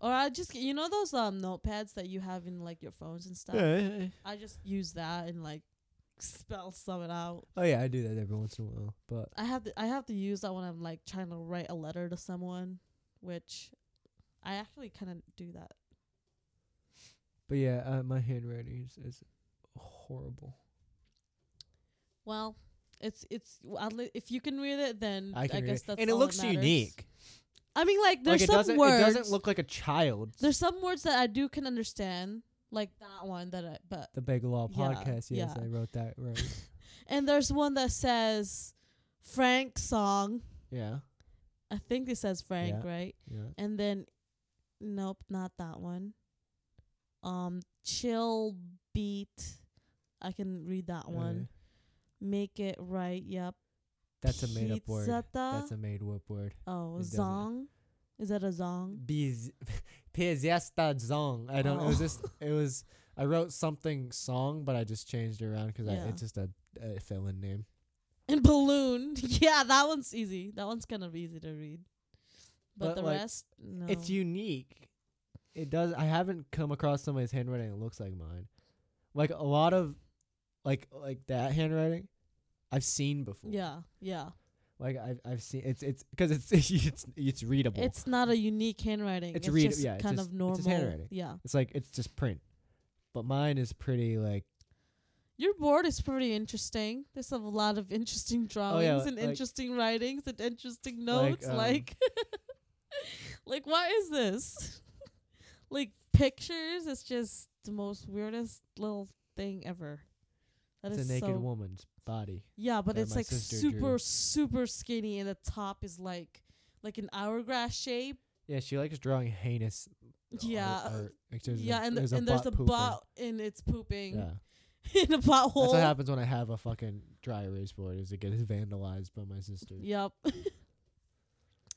[SPEAKER 1] Or I just you know those um notepads that you have in like your phones and stuff.
[SPEAKER 2] Yeah.
[SPEAKER 1] I just use that and like spell some it out.
[SPEAKER 2] Oh yeah, I do that every once in a while, but
[SPEAKER 1] I have to I have to use that when I'm like trying to write a letter to someone, which I actually kind of do that.
[SPEAKER 2] but yeah, uh, my handwriting is, is horrible.
[SPEAKER 1] Well, it's it's at le- if you can read it, then I,
[SPEAKER 2] I can read
[SPEAKER 1] guess
[SPEAKER 2] it.
[SPEAKER 1] that's
[SPEAKER 2] and it
[SPEAKER 1] all
[SPEAKER 2] looks
[SPEAKER 1] that matters.
[SPEAKER 2] unique.
[SPEAKER 1] I mean, like there's
[SPEAKER 2] like it
[SPEAKER 1] some
[SPEAKER 2] doesn't
[SPEAKER 1] words.
[SPEAKER 2] it doesn't look like a child.
[SPEAKER 1] there's some words that I do can understand, like that one that I but
[SPEAKER 2] the Big Law
[SPEAKER 1] Yeah,
[SPEAKER 2] podcast. yes,
[SPEAKER 1] yeah.
[SPEAKER 2] I wrote that right.
[SPEAKER 1] and there's one that says Frank song.
[SPEAKER 2] yeah,
[SPEAKER 1] I think it says Frank,
[SPEAKER 2] Yeah.
[SPEAKER 1] right?
[SPEAKER 2] yeah.
[SPEAKER 1] And then nope, not that one. Um chill beat. I can read that one.
[SPEAKER 2] Okay.
[SPEAKER 1] Make it right. Yep.
[SPEAKER 2] That's a made up word.
[SPEAKER 1] Pizzata?
[SPEAKER 2] That's a made up word.
[SPEAKER 1] Oh,
[SPEAKER 2] It Mm. doesn't-
[SPEAKER 1] zong. Is that a zong?
[SPEAKER 2] Biz, Pizzesta Zong. I don't. It was
[SPEAKER 1] Oh.
[SPEAKER 2] just. It was. I wrote something song, but I just changed it around 'cause I
[SPEAKER 1] Yeah.
[SPEAKER 2] it's just a, a fill in name.
[SPEAKER 1] And balloon. Yeah, that one's easy. That one's kind of easy to read. But,
[SPEAKER 2] But,
[SPEAKER 1] the
[SPEAKER 2] like,
[SPEAKER 1] rest, no.
[SPEAKER 2] It's unique. It does. I haven't come across somebody's handwriting that looks like mine. Like a lot of, like like that handwriting, I've seen before.
[SPEAKER 1] Yeah, yeah.
[SPEAKER 2] Like I've I've seen it's it's because it's it's it's readable. It's,
[SPEAKER 1] It's not a unique handwriting.
[SPEAKER 2] It's
[SPEAKER 1] It's,
[SPEAKER 2] read-
[SPEAKER 1] just
[SPEAKER 2] yeah, it's
[SPEAKER 1] kind
[SPEAKER 2] just-
[SPEAKER 1] of
[SPEAKER 2] it's
[SPEAKER 1] normal.
[SPEAKER 2] just handwriting.
[SPEAKER 1] Yeah.
[SPEAKER 2] like it's just print, but mine is pretty like
[SPEAKER 1] Your board is pretty interesting. There's a lot of interesting drawings
[SPEAKER 2] Oh, yeah,
[SPEAKER 1] and
[SPEAKER 2] like-
[SPEAKER 1] interesting writings and interesting
[SPEAKER 2] Like,
[SPEAKER 1] notes.
[SPEAKER 2] um,
[SPEAKER 1] Like, like, what is this? like pictures. It's just the most weirdest little thing ever. That is
[SPEAKER 2] it's a naked
[SPEAKER 1] so
[SPEAKER 2] woman's body.
[SPEAKER 1] yeah, but
[SPEAKER 2] that
[SPEAKER 1] it's
[SPEAKER 2] my
[SPEAKER 1] like
[SPEAKER 2] sister
[SPEAKER 1] super
[SPEAKER 2] drew.
[SPEAKER 1] super skinny, and the top is like like an hourglass shape.
[SPEAKER 2] Yeah, she likes drawing heinous. art-
[SPEAKER 1] yeah, uh,
[SPEAKER 2] art. Like, there's
[SPEAKER 1] yeah,
[SPEAKER 2] a,
[SPEAKER 1] and the-
[SPEAKER 2] there's a
[SPEAKER 1] and there's
[SPEAKER 2] butt
[SPEAKER 1] a
[SPEAKER 2] pooping.
[SPEAKER 1] bot and it's pooping
[SPEAKER 2] Yeah.
[SPEAKER 1] in a pothole.
[SPEAKER 2] That's what happens when I have a fucking dry erase board is it gets vandalized by my sister.
[SPEAKER 1] Yep.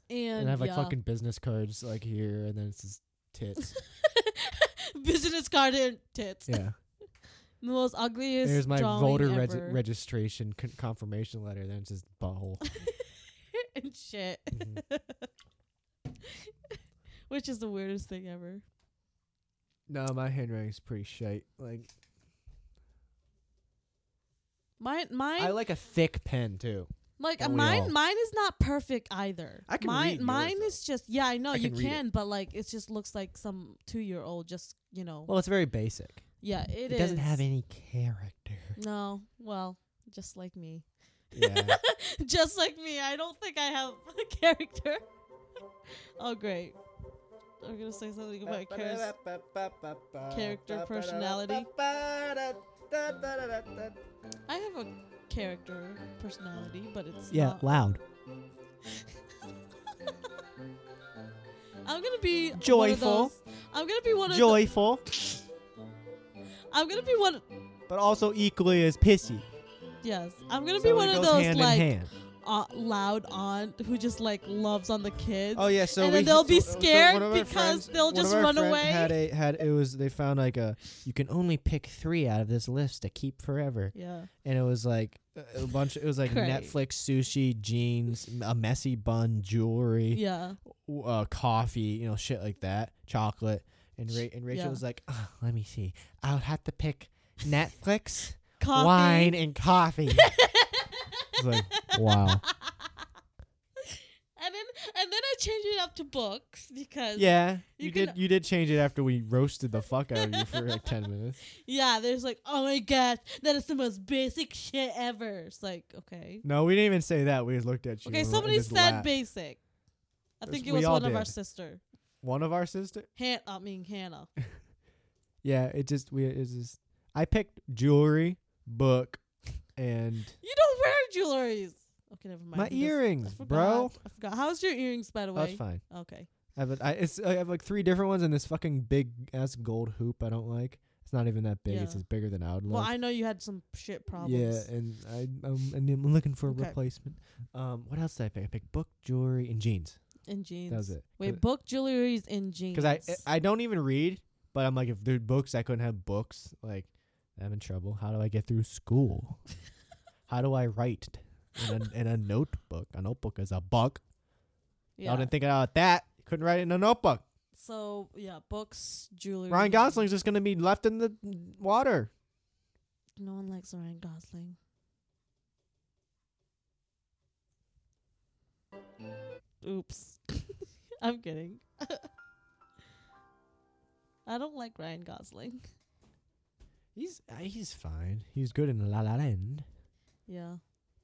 [SPEAKER 1] and,
[SPEAKER 2] and I have like
[SPEAKER 1] yeah.
[SPEAKER 2] fucking business cards like here and then it's just tits.
[SPEAKER 1] business card and tits.
[SPEAKER 2] yeah.
[SPEAKER 1] The most ugliest.
[SPEAKER 2] There's my
[SPEAKER 1] drawing
[SPEAKER 2] voter
[SPEAKER 1] ever.
[SPEAKER 2] regi- registration con- confirmation letter, then it's just butthole.
[SPEAKER 1] and shit.
[SPEAKER 2] Mhm.
[SPEAKER 1] Which is the weirdest thing ever.
[SPEAKER 2] no, my handwriting's pretty shite. Like
[SPEAKER 1] Mine, mine,
[SPEAKER 2] I like a thick pen too.
[SPEAKER 1] like uh,
[SPEAKER 2] Don't we
[SPEAKER 1] mine,
[SPEAKER 2] all?
[SPEAKER 1] mine is not perfect either.
[SPEAKER 2] I can
[SPEAKER 1] mine,
[SPEAKER 2] read yours,
[SPEAKER 1] mine
[SPEAKER 2] though.
[SPEAKER 1] is just yeah. I know
[SPEAKER 2] I
[SPEAKER 1] you
[SPEAKER 2] can read it.
[SPEAKER 1] can, but like it just looks like some two-year-old. Just you know,
[SPEAKER 2] Well, it's very basic.
[SPEAKER 1] yeah. It,
[SPEAKER 2] It doesn't
[SPEAKER 1] is.
[SPEAKER 2] have any character.
[SPEAKER 1] No, well, just like me.
[SPEAKER 2] yeah.
[SPEAKER 1] just like me. I don't think I have a character. oh, great. I'm gonna say something about character. character personality. I have a character personality, but it's
[SPEAKER 2] Yeah,
[SPEAKER 1] not-
[SPEAKER 2] loud.
[SPEAKER 1] I'm gonna be one of
[SPEAKER 2] Joyful.
[SPEAKER 1] those- I'm gonna be one of. Joy.
[SPEAKER 2] Joyful,
[SPEAKER 1] I'm gonna be one.
[SPEAKER 2] but also equally as pissy.
[SPEAKER 1] Yes, I'm gonna
[SPEAKER 2] So
[SPEAKER 1] be
[SPEAKER 2] it
[SPEAKER 1] one of
[SPEAKER 2] goes
[SPEAKER 1] those
[SPEAKER 2] hand in
[SPEAKER 1] like
[SPEAKER 2] hand.
[SPEAKER 1] uh, loud aunt who just like loves on the kids.
[SPEAKER 2] Oh yeah, so
[SPEAKER 1] and then
[SPEAKER 2] we-
[SPEAKER 1] they'll be
[SPEAKER 2] so- so
[SPEAKER 1] scared
[SPEAKER 2] one of our
[SPEAKER 1] because
[SPEAKER 2] friends-
[SPEAKER 1] they'll
[SPEAKER 2] one of
[SPEAKER 1] just
[SPEAKER 2] our
[SPEAKER 1] run
[SPEAKER 2] friend
[SPEAKER 1] away.
[SPEAKER 2] Had a had it was they found like a you can only pick three out of this list to keep forever,
[SPEAKER 1] Yeah.
[SPEAKER 2] and it was like a a bunch. It was like
[SPEAKER 1] Great.
[SPEAKER 2] Netflix, sushi, jeans, m- a messy bun, jewelry,
[SPEAKER 1] Yeah.
[SPEAKER 2] w- uh, coffee, you know, shit like that, chocolate, and Ra- and Rachel
[SPEAKER 1] Yeah.
[SPEAKER 2] was like, "Ah, let me see, I'll have to pick Netflix,
[SPEAKER 1] Coffee.
[SPEAKER 2] wine, and coffee. It's like wow,
[SPEAKER 1] And then and then I changed it up to books because
[SPEAKER 2] yeah,
[SPEAKER 1] You
[SPEAKER 2] you,
[SPEAKER 1] can-
[SPEAKER 2] did you did change it after we roasted the fuck out of you for like ten minutes.
[SPEAKER 1] Yeah, there's like, oh my gosh, that is the most basic shit ever. It's like, okay.
[SPEAKER 2] No, we didn't even say that. We just looked at you.
[SPEAKER 1] Okay,
[SPEAKER 2] and-
[SPEAKER 1] somebody
[SPEAKER 2] and just
[SPEAKER 1] said
[SPEAKER 2] laughed.
[SPEAKER 1] basic. I
[SPEAKER 2] There's-
[SPEAKER 1] think it
[SPEAKER 2] we
[SPEAKER 1] was
[SPEAKER 2] all
[SPEAKER 1] one of
[SPEAKER 2] did.
[SPEAKER 1] our sister.
[SPEAKER 2] one of our sister.
[SPEAKER 1] Han- I mean Hannah.
[SPEAKER 2] Yeah, it just we it just I picked jewelry, book, and
[SPEAKER 1] You don't wear jewelries. Okay, never mind.
[SPEAKER 2] my
[SPEAKER 1] I just- I
[SPEAKER 2] earrings,
[SPEAKER 1] forgot.
[SPEAKER 2] bro.
[SPEAKER 1] I forgot. How's your earrings, by the
[SPEAKER 2] That's
[SPEAKER 1] way?
[SPEAKER 2] fine.
[SPEAKER 1] Okay.
[SPEAKER 2] I have, a, I, it's, I have like three different ones and this fucking big ass gold hoop I don't like. It's not even that big. It's
[SPEAKER 1] Yeah.
[SPEAKER 2] just bigger than I would
[SPEAKER 1] Well,
[SPEAKER 2] like.
[SPEAKER 1] I know you had some shit
[SPEAKER 2] yeah,
[SPEAKER 1] problems.
[SPEAKER 2] and I um, and I'm looking for a
[SPEAKER 1] Okay.
[SPEAKER 2] replacement. Um, what else did I pick? I picked book, jewelry, and jeans.
[SPEAKER 1] In jeans.
[SPEAKER 2] That was it.
[SPEAKER 1] Wait, book jewelries in jeans.
[SPEAKER 2] because I I don't even read, but I'm like if there's books I couldn't have books like I'm in trouble. How do I get through school? How do I write in a, in a notebook? A notebook is a book. Y'all
[SPEAKER 1] yeah.
[SPEAKER 2] didn't think about that. Couldn't write it in a notebook.
[SPEAKER 1] So yeah, books, jewelry.
[SPEAKER 2] Ryan Gosling's just gonna be left in the water.
[SPEAKER 1] No one likes Ryan Gosling. Oops. I'm kidding. I don't like Ryan Gosling.
[SPEAKER 2] He's uh, he's fine. He's good in La La Land,
[SPEAKER 1] Yeah,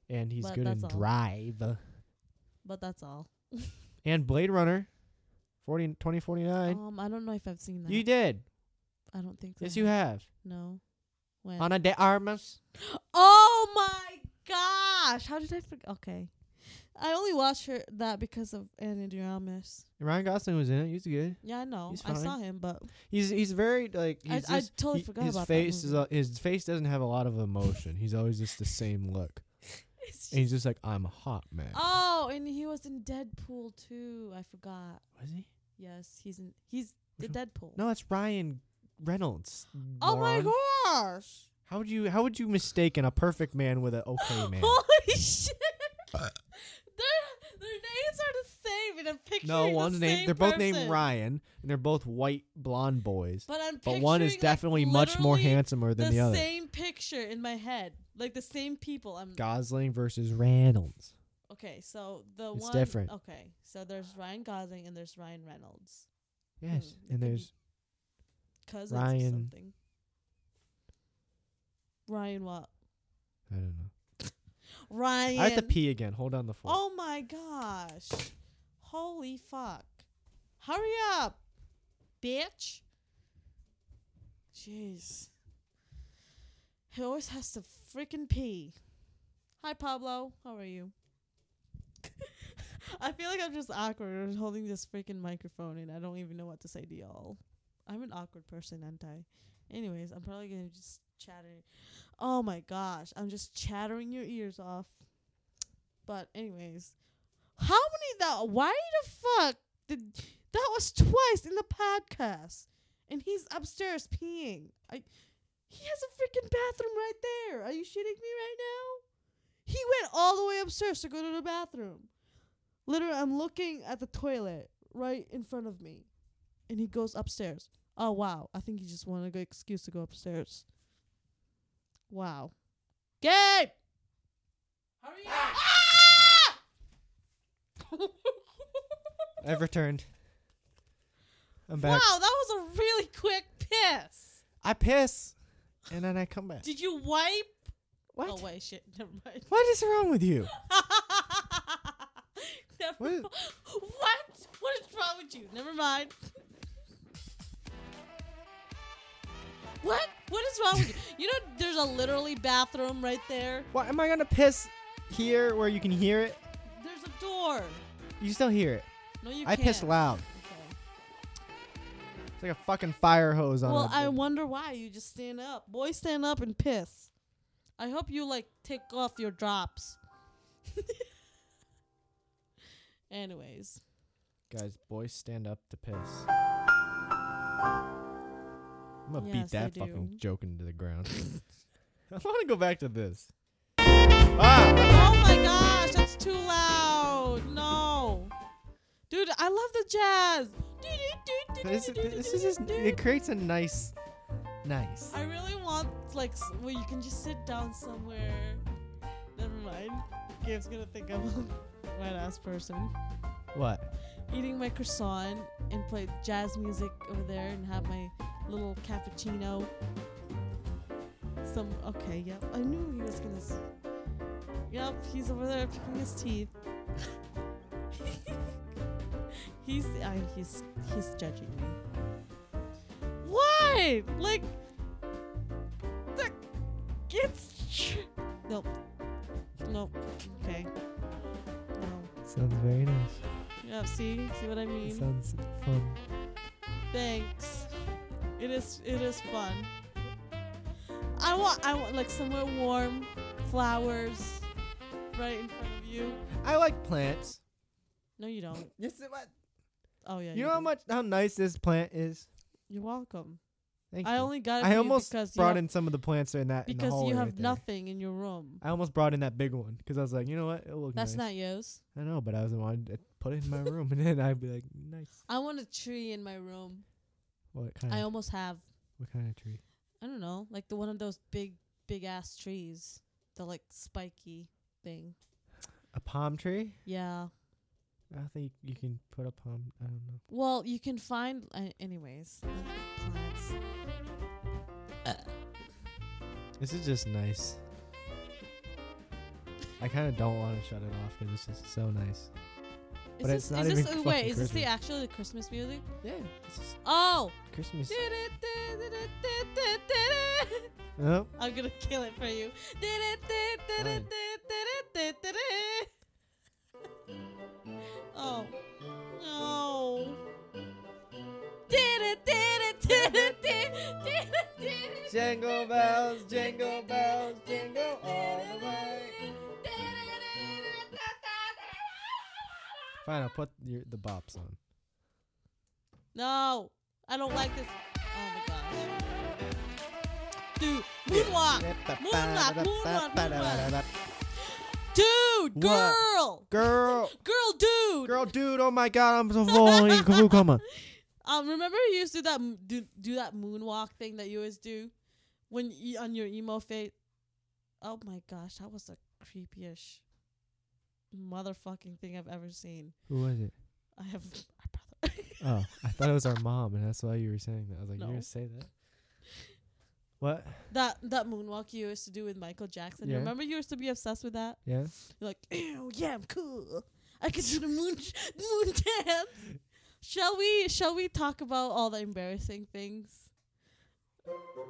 [SPEAKER 2] and he's
[SPEAKER 1] But
[SPEAKER 2] good in
[SPEAKER 1] that's all.
[SPEAKER 2] Drive
[SPEAKER 1] but that's all.
[SPEAKER 2] and Blade Runner, 40, 2049.
[SPEAKER 1] Um, I don't know if I've seen that.
[SPEAKER 2] You did.
[SPEAKER 1] I don't think so.
[SPEAKER 2] Yes, you have.
[SPEAKER 1] No. When?
[SPEAKER 2] Ana de Armas.
[SPEAKER 1] oh my gosh! How did I forget? Okay. I only watched her that because of Anna Diarmas.
[SPEAKER 2] Ryan Gosling was in it. He was good.
[SPEAKER 1] Yeah, I know.
[SPEAKER 2] He's
[SPEAKER 1] I saw
[SPEAKER 2] fine.
[SPEAKER 1] him, but
[SPEAKER 2] He's he's very like
[SPEAKER 1] I-
[SPEAKER 2] he's
[SPEAKER 1] I
[SPEAKER 2] just-
[SPEAKER 1] totally
[SPEAKER 2] he-
[SPEAKER 1] forgot
[SPEAKER 2] his
[SPEAKER 1] about that
[SPEAKER 2] face is
[SPEAKER 1] movie.
[SPEAKER 2] uh, his face doesn't have a lot of emotion. he's always just the same look, and he's just like I'm a hot man.
[SPEAKER 1] Oh, and he was in Deadpool too. I forgot.
[SPEAKER 2] Was he?
[SPEAKER 1] Yes, he's in. He's the
[SPEAKER 2] Which
[SPEAKER 1] Deadpool.
[SPEAKER 2] No, that's Ryan Reynolds.
[SPEAKER 1] oh my
[SPEAKER 2] moron.
[SPEAKER 1] gosh!
[SPEAKER 2] How would you how would you mistaken a perfect man with an okay man? Uh.
[SPEAKER 1] Holy shit! their, their names are the same, and I'm picturing
[SPEAKER 2] No,
[SPEAKER 1] the
[SPEAKER 2] one's
[SPEAKER 1] same
[SPEAKER 2] named they're both
[SPEAKER 1] person.
[SPEAKER 2] named Ryan and they're both white blonde boys.
[SPEAKER 1] But I'm
[SPEAKER 2] But one is
[SPEAKER 1] picturing, like,
[SPEAKER 2] definitely much more
[SPEAKER 1] literally
[SPEAKER 2] handsomer than the,
[SPEAKER 1] the
[SPEAKER 2] other.
[SPEAKER 1] same picture in my head, like the same people. I'm
[SPEAKER 2] Gosling versus Reynolds.
[SPEAKER 1] okay. So the
[SPEAKER 2] It's
[SPEAKER 1] one
[SPEAKER 2] different.
[SPEAKER 1] Okay, so there's Ryan Gosling and there's Ryan Reynolds,
[SPEAKER 2] Yes,
[SPEAKER 1] Hmm, it could
[SPEAKER 2] and
[SPEAKER 1] be
[SPEAKER 2] there's
[SPEAKER 1] cousins or
[SPEAKER 2] Ryan-
[SPEAKER 1] something. Ryan what?
[SPEAKER 2] I don't know.
[SPEAKER 1] Ryan.
[SPEAKER 2] I have to pee again. Hold on the phone.
[SPEAKER 1] Oh my gosh! Holy fuck! Hurry up, bitch! Jeez. He always has to freaking pee. Hi, Pablo. How are you? I feel like I'm just awkward holding this freaking microphone and I don't even know what to say to y'all. I'm an awkward person, aren't I? Anyways, I'm probably gonna just chatter. Oh my gosh, I'm just chattering your ears off. But anyways, how many that? Why the fuck did that was twice in the podcast, and he's upstairs peeing. I he has a freaking bathroom right there. Are you shitting me right now? He went all the way upstairs to go to the bathroom. Literally, I'm looking at the toilet right in front of me, and he goes upstairs. Oh wow, I think he just wanted a good excuse to go upstairs. Wow, Gabe. Ah! Hurry up!
[SPEAKER 2] I've returned. I'm
[SPEAKER 1] wow,
[SPEAKER 2] back.
[SPEAKER 1] that was a really quick piss.
[SPEAKER 2] I piss and then I come back.
[SPEAKER 1] Did you wipe?
[SPEAKER 2] What?
[SPEAKER 1] Oh wait, shit. Never mind.
[SPEAKER 2] What is wrong with you?
[SPEAKER 1] Never
[SPEAKER 2] What?
[SPEAKER 1] mi- What? What is wrong with you? Never mind. What? What is wrong with you? You know, there's a literally bathroom right there.
[SPEAKER 2] Why am I gonna piss here where you can hear it?
[SPEAKER 1] There's a door.
[SPEAKER 2] You still hear it.
[SPEAKER 1] No, you
[SPEAKER 2] I
[SPEAKER 1] can't.
[SPEAKER 2] piss loud.
[SPEAKER 1] Okay.
[SPEAKER 2] It's like a fucking fire hose on
[SPEAKER 1] Well,
[SPEAKER 2] a
[SPEAKER 1] I wonder why you just stand up. Boys, stand up and piss. I hope you like take off your drops. Anyways,
[SPEAKER 2] guys, boys stand up to piss. I'm gonna
[SPEAKER 1] Yes,
[SPEAKER 2] beat that
[SPEAKER 1] they
[SPEAKER 2] fucking
[SPEAKER 1] do.
[SPEAKER 2] joke into the ground. I wanna go back to this. Ah!
[SPEAKER 1] oh my gosh, that's too loud. No, dude, I love the jazz.
[SPEAKER 2] This, this is just, it creates a nice nice.
[SPEAKER 1] I really want like s- where you can just sit down somewhere. Never mind. Gabe's gonna think I'm a wet ass person.
[SPEAKER 2] What?
[SPEAKER 1] eating my croissant and play jazz music over there and have my little cappuccino. Some okay, yep. I knew he was gonna. S- yep, he's over there picking his teeth. he's I, he's he's judging me. Why? Like the it's tr- nope, nope. Okay, no.
[SPEAKER 2] Sounds very nice.
[SPEAKER 1] Yeah, see, see what I mean.
[SPEAKER 2] Sounds fun.
[SPEAKER 1] Thanks. It is it is fun. I want I want like somewhere warm, flowers, right in front of you.
[SPEAKER 2] I like plants.
[SPEAKER 1] No, you don't.
[SPEAKER 2] Yes, it was-
[SPEAKER 1] Oh yeah.
[SPEAKER 2] You know how
[SPEAKER 1] do.
[SPEAKER 2] much how nice this plant is.
[SPEAKER 1] You're welcome.
[SPEAKER 2] Thank
[SPEAKER 1] I
[SPEAKER 2] you.
[SPEAKER 1] only got it.
[SPEAKER 2] I
[SPEAKER 1] for you
[SPEAKER 2] almost
[SPEAKER 1] because you
[SPEAKER 2] brought
[SPEAKER 1] have,
[SPEAKER 2] in some of the plants in that in the
[SPEAKER 1] because
[SPEAKER 2] hallway
[SPEAKER 1] you have
[SPEAKER 2] right there.
[SPEAKER 1] nothing in your room.
[SPEAKER 2] I almost brought in that big one because I was like, you know what, it looks
[SPEAKER 1] That's
[SPEAKER 2] nice.
[SPEAKER 1] not yours.
[SPEAKER 2] I know, but I was wanted to put it in my room, and then I'd be like, nice.
[SPEAKER 1] I want a tree in my room.
[SPEAKER 2] What kind?
[SPEAKER 1] I
[SPEAKER 2] of,
[SPEAKER 1] almost have.
[SPEAKER 2] what kind of tree?
[SPEAKER 1] I don't know, like the one of those big, big ass trees, the like spiky thing.
[SPEAKER 2] A palm tree?
[SPEAKER 1] Yeah.
[SPEAKER 2] I don't think you can put a palm. I don't know.
[SPEAKER 1] Well, you can find, uh, anyways, uh, plants.
[SPEAKER 2] This is just nice. I kind of don't want to shut it off because it's just so nice.
[SPEAKER 1] Is
[SPEAKER 2] But
[SPEAKER 1] this,
[SPEAKER 2] it's not
[SPEAKER 1] is this,
[SPEAKER 2] even
[SPEAKER 1] uh,
[SPEAKER 2] fucking
[SPEAKER 1] wait, is this the
[SPEAKER 2] Christmas.
[SPEAKER 1] actual the Christmas music?
[SPEAKER 2] Yeah, it's just
[SPEAKER 1] Oh!
[SPEAKER 2] Christmas. Oh,
[SPEAKER 1] I'm gonna kill it for you. Oh. No.
[SPEAKER 2] jingle bells, jingle bells, jingle all the way.
[SPEAKER 1] Oh.
[SPEAKER 2] Fine, I'll put your, the bops on.
[SPEAKER 1] No, I don't like this. Oh my gosh. Dude, Moonwalk. Moonwalk. Moonwalk. Moonwalk. Dude.
[SPEAKER 2] What?
[SPEAKER 1] Girl.
[SPEAKER 2] Girl,
[SPEAKER 1] Girl. Dude.
[SPEAKER 2] girl, dude, oh my god, I'm so falling. Come on, come on.
[SPEAKER 1] Um, remember you used to do that m- do, do that moonwalk thing that you always do when you, on your emo fate. Oh my gosh, that was the creepiest motherfucking thing I've ever seen.
[SPEAKER 2] Who was it?
[SPEAKER 1] I have my brother.
[SPEAKER 2] Oh, I thought it was our mom, and that's why you were saying that. I was like, you're
[SPEAKER 1] No.
[SPEAKER 2] gonna say that? What?
[SPEAKER 1] that that moonwalk you used to do with Michael Jackson.
[SPEAKER 2] Yeah.
[SPEAKER 1] Remember you used to be obsessed with that.
[SPEAKER 2] Yeah.
[SPEAKER 1] You're like, ew, yeah, I'm cool. I can do the moon moon dance. Shall we? Shall we talk about all the embarrassing things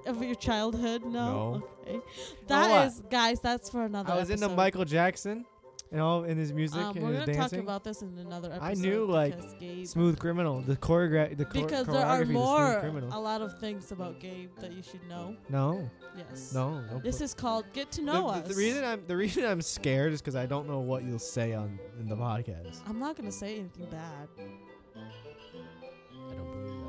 [SPEAKER 1] of your childhood? No.
[SPEAKER 2] No.
[SPEAKER 1] Okay.
[SPEAKER 2] what?
[SPEAKER 1] That is, guys. That's for another.
[SPEAKER 2] I was into
[SPEAKER 1] episode.
[SPEAKER 2] Michael Jackson and all in his music
[SPEAKER 1] Um,
[SPEAKER 2] and
[SPEAKER 1] we're
[SPEAKER 2] his
[SPEAKER 1] gonna talk
[SPEAKER 2] dancing.
[SPEAKER 1] about this in another episode.
[SPEAKER 2] I knew, like,
[SPEAKER 1] because Gabe,
[SPEAKER 2] Smooth Criminal, the choreograph, the chor-
[SPEAKER 1] because
[SPEAKER 2] choreography
[SPEAKER 1] there are
[SPEAKER 2] to Smooth
[SPEAKER 1] more
[SPEAKER 2] Criminal.
[SPEAKER 1] a lot of things about Gabe that you should know.
[SPEAKER 2] no,
[SPEAKER 1] Yes.
[SPEAKER 2] no, no.
[SPEAKER 1] This is called Get to Know
[SPEAKER 2] the,
[SPEAKER 1] Us.
[SPEAKER 2] the reason I'm the reason I'm scared is because I don't know what you'll say on in the podcast.
[SPEAKER 1] I'm not gonna say anything bad.
[SPEAKER 2] I don't believe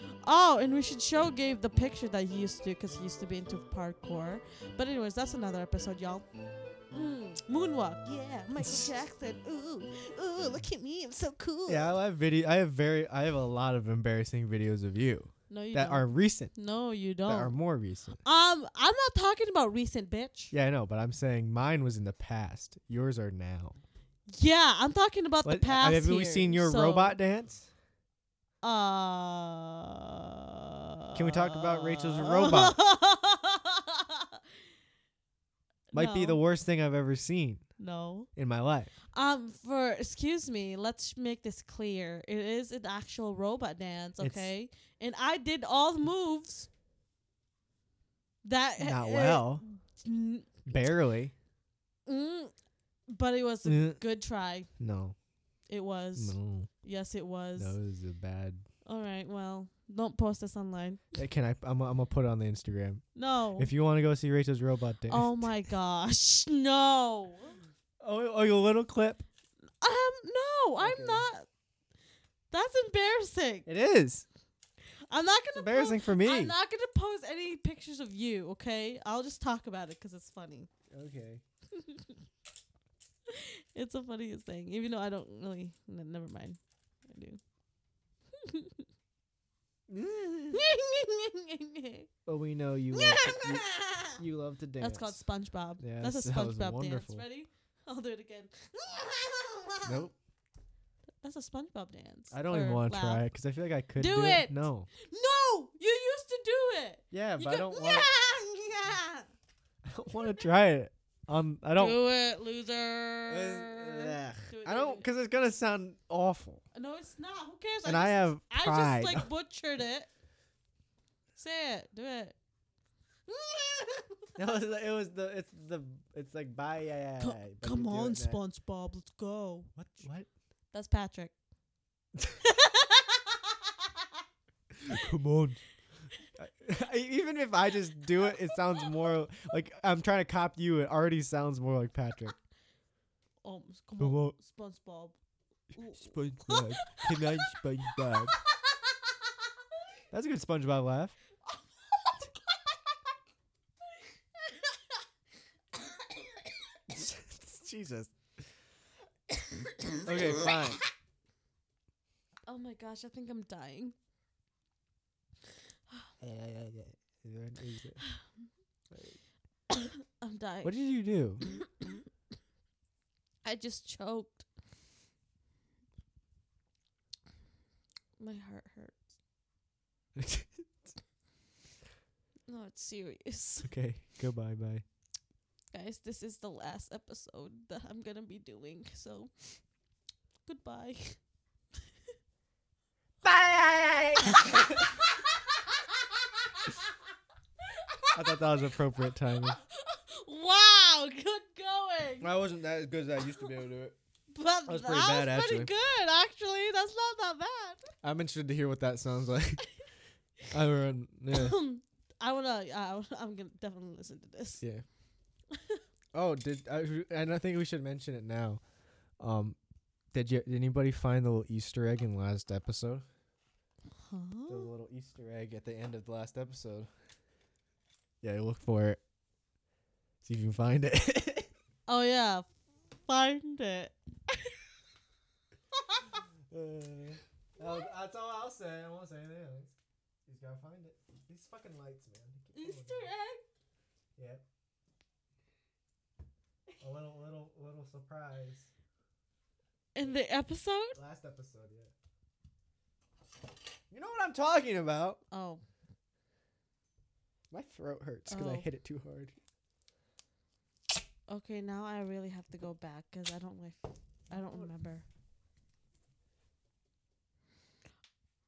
[SPEAKER 2] that.
[SPEAKER 1] Oh, and we should show Gabe the picture that he used to because he used to be into parkour. But anyways, that's another episode, y'all. Mm, moonwalk, yeah, Michael Jackson. Ooh, ooh, look at me, I'm so cool.
[SPEAKER 2] Yeah, I have video. I have very. I have a lot of embarrassing videos of you
[SPEAKER 1] No, you
[SPEAKER 2] that
[SPEAKER 1] don't.
[SPEAKER 2] are recent,
[SPEAKER 1] no, you
[SPEAKER 2] that are
[SPEAKER 1] don't.
[SPEAKER 2] more recent.
[SPEAKER 1] um, I'm not talking about recent, bitch.
[SPEAKER 2] Yeah, I know, but I'm saying mine was in the past. Yours are now.
[SPEAKER 1] Yeah, I'm talking about
[SPEAKER 2] What-
[SPEAKER 1] the past.
[SPEAKER 2] Have we
[SPEAKER 1] here,
[SPEAKER 2] seen your
[SPEAKER 1] so-
[SPEAKER 2] robot dance?
[SPEAKER 1] Uh.
[SPEAKER 2] Can we talk about Rachel's robot? Might be
[SPEAKER 1] No,
[SPEAKER 2] the worst thing I've ever seen
[SPEAKER 1] no.
[SPEAKER 2] in my life.
[SPEAKER 1] Um, for excuse me, let's make this clear. It is an actual robot dance,
[SPEAKER 2] It's-
[SPEAKER 1] okay? and I did all the moves. That
[SPEAKER 2] Not
[SPEAKER 1] it-
[SPEAKER 2] well.
[SPEAKER 1] n-
[SPEAKER 2] Barely.
[SPEAKER 1] mm, but it was a
[SPEAKER 2] No.
[SPEAKER 1] good try.
[SPEAKER 2] No.
[SPEAKER 1] It was.
[SPEAKER 2] No.
[SPEAKER 1] Yes, it was.
[SPEAKER 2] That was a bad.
[SPEAKER 1] All right. Well, don't post this online.
[SPEAKER 2] Uh, Can I? I'm, I'm gonna put it on the Instagram.
[SPEAKER 1] No.
[SPEAKER 2] If you want to go see Rachel's robot dance.
[SPEAKER 1] oh my gosh. No.
[SPEAKER 2] Oh, oh, your little clip.
[SPEAKER 1] Um. No,
[SPEAKER 2] Okay.
[SPEAKER 1] I'm not. That's embarrassing.
[SPEAKER 2] It is
[SPEAKER 1] I'm not gonna. post-
[SPEAKER 2] embarrassing for me.
[SPEAKER 1] I'm not gonna post any pictures of you, okay? I'll just talk about it 'cause it's funny.
[SPEAKER 2] okay.
[SPEAKER 1] It's the funniest thing, even though I don't really. N- never mind, I do. Mm.
[SPEAKER 2] But we know you. Love to, you, you love to dance.
[SPEAKER 1] That's called SpongeBob.
[SPEAKER 2] Yeah,
[SPEAKER 1] That's a
[SPEAKER 2] that was
[SPEAKER 1] SpongeBob dance.
[SPEAKER 2] wonderful.
[SPEAKER 1] Ready? I'll do it again.
[SPEAKER 2] Nope.
[SPEAKER 1] That's a SpongeBob dance.
[SPEAKER 2] I don't
[SPEAKER 1] Or
[SPEAKER 2] even want to
[SPEAKER 1] laugh.
[SPEAKER 2] try it because I feel like I could
[SPEAKER 1] Do
[SPEAKER 2] do,
[SPEAKER 1] it.
[SPEAKER 2] No.
[SPEAKER 1] No, you used to do it.
[SPEAKER 2] Yeah,
[SPEAKER 1] You
[SPEAKER 2] but I
[SPEAKER 1] go,
[SPEAKER 2] don't want.
[SPEAKER 1] Yeah,
[SPEAKER 2] I don't want to try it. Um, I
[SPEAKER 1] yeah.
[SPEAKER 2] don't.
[SPEAKER 1] Do it, loser. Do it,
[SPEAKER 2] I
[SPEAKER 1] do it,
[SPEAKER 2] don't
[SPEAKER 1] do
[SPEAKER 2] because it's gonna sound awful,
[SPEAKER 1] it. No, it's not. Who cares?
[SPEAKER 2] and I
[SPEAKER 1] just-
[SPEAKER 2] have
[SPEAKER 1] I
[SPEAKER 2] pride.
[SPEAKER 1] just like butchered it. Say it. Do it.
[SPEAKER 2] No, it was, it was the it's the it's like bye yeah yeah.
[SPEAKER 1] Co-
[SPEAKER 2] yeah, but you
[SPEAKER 1] come
[SPEAKER 2] do it
[SPEAKER 1] on,
[SPEAKER 2] next.
[SPEAKER 1] SpongeBob. Let's go.
[SPEAKER 2] What what?
[SPEAKER 1] That's Patrick.
[SPEAKER 2] come on. I- Even if I just do it, it sounds more like I'm trying to cop you. It already sounds more like Patrick.
[SPEAKER 1] um, s- come
[SPEAKER 2] Come
[SPEAKER 1] on,
[SPEAKER 2] on.
[SPEAKER 1] SpongeBob. Ooh.
[SPEAKER 2] SpongeBob, can I SpongeBob? That's a good SpongeBob laugh.
[SPEAKER 1] Oh
[SPEAKER 2] Jesus. okay, fine.
[SPEAKER 1] oh my gosh, I think I'm dying. I'm dying.
[SPEAKER 2] What did you do?
[SPEAKER 1] I just choked. My heart hurts. No, it's serious.
[SPEAKER 2] okay, goodbye, bye.
[SPEAKER 1] guys this is the last episode that i'm gonna be doing so goodbye
[SPEAKER 2] Bye. I thought that was appropriate timing.
[SPEAKER 1] wow good going
[SPEAKER 2] I wasn't that as good as I used to be able to do it.
[SPEAKER 1] but that
[SPEAKER 2] was pretty bad, actually.
[SPEAKER 1] good actually that's not that bad
[SPEAKER 2] I'm interested to hear what that sounds like. I run, yeah,
[SPEAKER 1] i wanna I wanna- i'm gonna definitely listen to this
[SPEAKER 2] yeah. Oh, did I, and I think we should mention it now. Um, did you did anybody find the little Easter egg in last episode?
[SPEAKER 1] huh?
[SPEAKER 2] There was a little Easter egg at the end of the last episode. Yeah, look for it. See if you can find it.
[SPEAKER 1] Oh yeah, find it.
[SPEAKER 2] Uh, that's all I'll say. I won't say anything else. He's gotta find it. These fucking lights, man.
[SPEAKER 1] egg.
[SPEAKER 2] Yep. A little, little, little surprise.
[SPEAKER 1] In the episode?
[SPEAKER 2] Last episode, yeah. You know what I'm talking about.
[SPEAKER 1] Oh,
[SPEAKER 2] My throat hurts because I
[SPEAKER 1] Oh.
[SPEAKER 2] hit it too hard.
[SPEAKER 1] okay. Now I really have to go back because I don't like. I don't remember.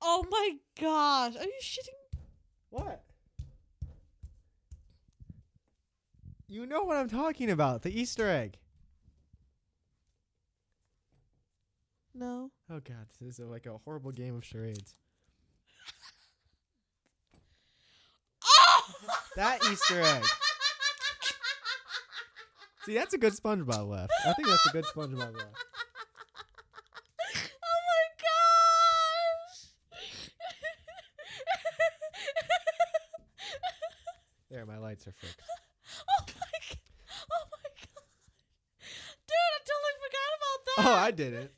[SPEAKER 1] Oh my gosh! Are you shitting?
[SPEAKER 2] What? You know what I'm talking about. The Easter egg.
[SPEAKER 1] No.
[SPEAKER 2] Oh god, this is like a horrible game of charades.
[SPEAKER 1] Oh!
[SPEAKER 2] That Easter egg. See, that's a good SpongeBob laugh. I think that's a good SpongeBob laugh.
[SPEAKER 1] Oh my gosh!
[SPEAKER 2] There, my lights are fixed.
[SPEAKER 1] Oh my, g- oh my god, dude! I totally forgot about that.
[SPEAKER 2] Oh, I did it.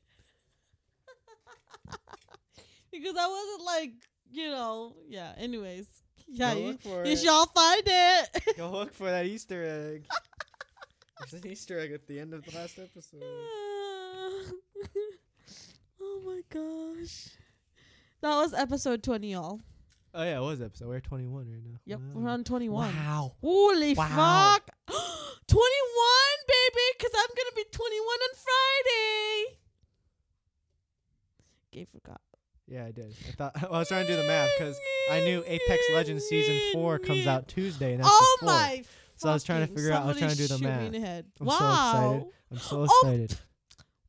[SPEAKER 1] because I wasn't like, you know, yeah. Anyways, yeah,
[SPEAKER 2] Go
[SPEAKER 1] you,
[SPEAKER 2] look for
[SPEAKER 1] you
[SPEAKER 2] it.
[SPEAKER 1] shall find it.
[SPEAKER 2] Go look for that Easter egg. There's an Easter egg at the end of the last episode.
[SPEAKER 1] oh my gosh, that was episode twenty, y'all.
[SPEAKER 2] Oh yeah, it was episode. We're 21 right now.
[SPEAKER 1] Yep,
[SPEAKER 2] Wow.
[SPEAKER 1] we're on twenty-one.
[SPEAKER 2] Mm. Wow.
[SPEAKER 1] Holy
[SPEAKER 2] Wow.
[SPEAKER 1] fuck! 21, baby, because I'm going to be 21 on Friday. Gay forgot.
[SPEAKER 2] Yeah, I did. I thought I was trying to do the math because I knew Apex Legends season four comes out Tuesday, and that's
[SPEAKER 1] oh
[SPEAKER 2] the fourth.
[SPEAKER 1] my.
[SPEAKER 2] So I was trying to
[SPEAKER 1] fucking-
[SPEAKER 2] figure out- I was trying to
[SPEAKER 1] somebody
[SPEAKER 2] do
[SPEAKER 1] shoot me
[SPEAKER 2] the math.
[SPEAKER 1] in the head.
[SPEAKER 2] I'm so
[SPEAKER 1] wow.
[SPEAKER 2] excited. I'm so
[SPEAKER 1] Oh,
[SPEAKER 2] excited.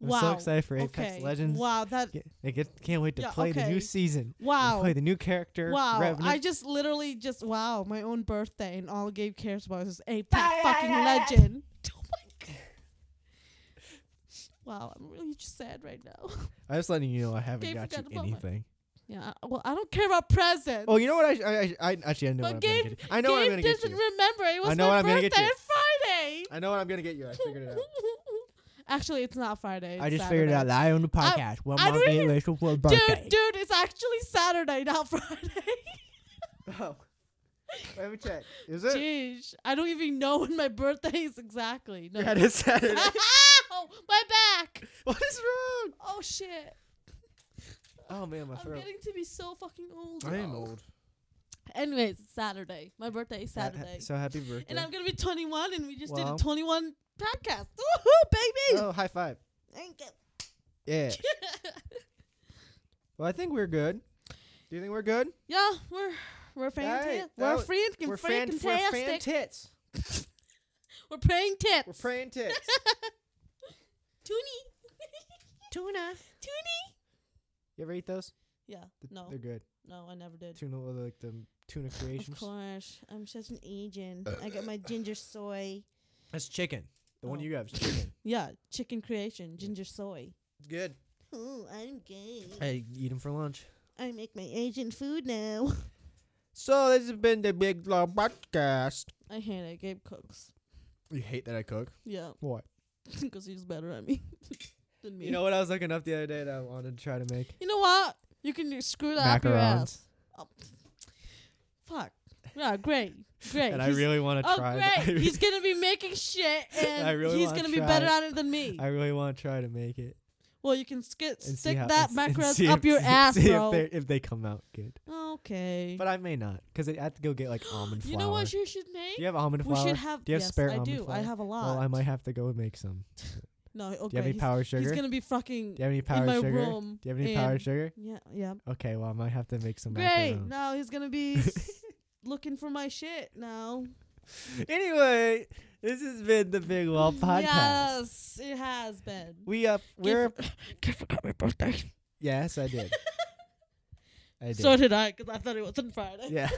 [SPEAKER 2] I'm
[SPEAKER 1] wow.
[SPEAKER 2] so excited for Apex
[SPEAKER 1] okay.
[SPEAKER 2] Legends.
[SPEAKER 1] Wow, that.
[SPEAKER 2] Get- I get, can't wait to
[SPEAKER 1] Yeah,
[SPEAKER 2] play the
[SPEAKER 1] okay.
[SPEAKER 2] new season. and
[SPEAKER 1] Wow.
[SPEAKER 2] Play the new character.
[SPEAKER 1] Wow.
[SPEAKER 2] Revenant.
[SPEAKER 1] I just literally just. Wow. My own birthday and all Gabe cares about is Apex fucking Legend. Oh my god. Wow, I'm really just sad right now.
[SPEAKER 2] I'm just letting you know I haven't
[SPEAKER 1] Gabe
[SPEAKER 2] got you
[SPEAKER 1] forgot about my-
[SPEAKER 2] anything.
[SPEAKER 1] Yeah, I- well, I don't care about presents.
[SPEAKER 2] Oh, you know what? I, sh- I, I, I actually I know
[SPEAKER 1] But
[SPEAKER 2] what I'm
[SPEAKER 1] Gabe-
[SPEAKER 2] gonna get. You. I know what I'm
[SPEAKER 1] Gabe
[SPEAKER 2] gonna get
[SPEAKER 1] doesn't
[SPEAKER 2] you.
[SPEAKER 1] remember. It was
[SPEAKER 2] know what
[SPEAKER 1] my
[SPEAKER 2] I'm gonna
[SPEAKER 1] birthday
[SPEAKER 2] get you.
[SPEAKER 1] on Friday.
[SPEAKER 2] I know what I'm gonna get you. I figured it out.
[SPEAKER 1] Actually, it's not Friday.
[SPEAKER 2] I
[SPEAKER 1] it's
[SPEAKER 2] just figured it out
[SPEAKER 1] Saturday.
[SPEAKER 2] live on the podcast. what
[SPEAKER 1] I
[SPEAKER 2] my
[SPEAKER 1] don't even-
[SPEAKER 2] favorite for birthday.
[SPEAKER 1] Dude, dude, it's actually Saturday, not Friday.
[SPEAKER 2] Oh. Let me check. Is it?
[SPEAKER 1] Jeez, I don't even know when my birthday is exactly. No.
[SPEAKER 2] Yeah, it is Saturday.
[SPEAKER 1] Ow, my back.
[SPEAKER 2] what is wrong?
[SPEAKER 1] Oh shit,
[SPEAKER 2] Oh man, my
[SPEAKER 1] I'm
[SPEAKER 2] throat.
[SPEAKER 1] getting to be so fucking old.
[SPEAKER 2] I am
[SPEAKER 1] y'all.
[SPEAKER 2] old.
[SPEAKER 1] Anyways, it's Saturday. My birthday is
[SPEAKER 2] Ha- ha-
[SPEAKER 1] Saturday,
[SPEAKER 2] So happy birthday.
[SPEAKER 1] and I'm gonna be 21, and we just did
[SPEAKER 2] Wow.
[SPEAKER 1] a 21 podcast. Woohoo, baby!
[SPEAKER 2] oh, high five.
[SPEAKER 1] Thank you.
[SPEAKER 2] Yeah. Well, I think we're good. Do you think we're good?
[SPEAKER 1] Yeah, we're we're
[SPEAKER 2] Alright,
[SPEAKER 1] fantastic.
[SPEAKER 2] that
[SPEAKER 1] we're
[SPEAKER 2] was-
[SPEAKER 1] freaking
[SPEAKER 2] we're fan,
[SPEAKER 1] freaking
[SPEAKER 2] we're
[SPEAKER 1] fantastic.
[SPEAKER 2] fan tits.
[SPEAKER 1] we're praying tits.
[SPEAKER 2] We're praying tits.
[SPEAKER 1] Toonie. Tuna. Toonie.
[SPEAKER 2] you ever eat those?
[SPEAKER 1] Yeah.
[SPEAKER 2] Th-
[SPEAKER 1] No.
[SPEAKER 2] They're good.
[SPEAKER 1] No, I never did.
[SPEAKER 2] Tuna, like the tuna
[SPEAKER 1] Of
[SPEAKER 2] creations.
[SPEAKER 1] course. I'm such an Asian. I got my ginger soy.
[SPEAKER 2] That's chicken. The one
[SPEAKER 1] Oh.
[SPEAKER 2] you got is chicken.
[SPEAKER 1] Yeah, chicken creation, ginger soy.
[SPEAKER 2] It's good.
[SPEAKER 1] Oh, I'm gay.
[SPEAKER 2] I eat them for lunch.
[SPEAKER 1] I make my Asian food now.
[SPEAKER 2] So this has been the Big Law Podcast.
[SPEAKER 1] I hate it. Gabe cooks.
[SPEAKER 2] You hate that I cook?
[SPEAKER 1] Yeah,
[SPEAKER 2] What?
[SPEAKER 1] 'cause he's better at me than me.
[SPEAKER 2] You know what I was looking up the other day that I wanted to try to make?
[SPEAKER 1] You know what? You can screw that up your
[SPEAKER 2] Macarons.
[SPEAKER 1] ass. Oh, fuck. Yeah, great, great.
[SPEAKER 2] and I
[SPEAKER 1] He's-
[SPEAKER 2] really want to
[SPEAKER 1] oh,
[SPEAKER 2] try. it.
[SPEAKER 1] great. he's gonna be making shit, and
[SPEAKER 2] I really
[SPEAKER 1] he's
[SPEAKER 2] wanna
[SPEAKER 1] gonna be
[SPEAKER 2] try
[SPEAKER 1] better
[SPEAKER 2] it.
[SPEAKER 1] at it than me.
[SPEAKER 2] I really want to try to make it.
[SPEAKER 1] well, you can sk-
[SPEAKER 2] and see
[SPEAKER 1] stick
[SPEAKER 2] how-
[SPEAKER 1] that
[SPEAKER 2] and s- and
[SPEAKER 1] macros
[SPEAKER 2] see
[SPEAKER 1] up
[SPEAKER 2] if-
[SPEAKER 1] your
[SPEAKER 2] see
[SPEAKER 1] ass,
[SPEAKER 2] if
[SPEAKER 1] bro.
[SPEAKER 2] they're- If they come out good,
[SPEAKER 1] okay.
[SPEAKER 2] but I may not because I have to go get like almond flour.
[SPEAKER 1] you know what you should make?
[SPEAKER 2] Do you have almond
[SPEAKER 1] we
[SPEAKER 2] flour?
[SPEAKER 1] should have.
[SPEAKER 2] Do you have
[SPEAKER 1] yes,
[SPEAKER 2] spare
[SPEAKER 1] I
[SPEAKER 2] almond
[SPEAKER 1] do. I
[SPEAKER 2] flour?
[SPEAKER 1] have a lot.
[SPEAKER 2] Well, I might have to go and make some.
[SPEAKER 1] No, okay.
[SPEAKER 2] Do you have any
[SPEAKER 1] he's,
[SPEAKER 2] power sugar?
[SPEAKER 1] he's
[SPEAKER 2] Do
[SPEAKER 1] gonna be fucking.
[SPEAKER 2] you have any power
[SPEAKER 1] my
[SPEAKER 2] sugar?
[SPEAKER 1] room
[SPEAKER 2] Do you have any power
[SPEAKER 1] and-
[SPEAKER 2] sugar?
[SPEAKER 1] Yeah, yeah.
[SPEAKER 2] Okay, well I might have to make some.
[SPEAKER 1] Great.
[SPEAKER 2] macaroni.
[SPEAKER 1] Now he's gonna be s- looking for my shit now.
[SPEAKER 2] Anyway, this has been the Big Wall Podcast.
[SPEAKER 1] Yes, it has been.
[SPEAKER 2] We up. We're up.
[SPEAKER 1] Kid forgot my birthday.
[SPEAKER 2] Yes, I did. I did.
[SPEAKER 1] So did I, 'cause I thought it was on Friday.
[SPEAKER 2] yeah.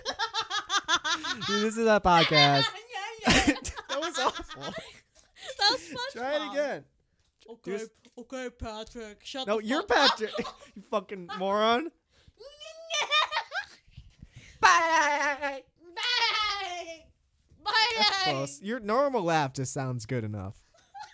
[SPEAKER 2] this is our podcast. that was awful.
[SPEAKER 1] That was fun.
[SPEAKER 2] Try it again.
[SPEAKER 1] Okay,
[SPEAKER 2] Just-
[SPEAKER 1] okay, Patrick. Shut
[SPEAKER 2] No,
[SPEAKER 1] the
[SPEAKER 2] you're
[SPEAKER 1] fuck up.
[SPEAKER 2] Patrick. you fucking moron.
[SPEAKER 1] Bye. Bye.
[SPEAKER 2] close. Your normal laugh just sounds good enough.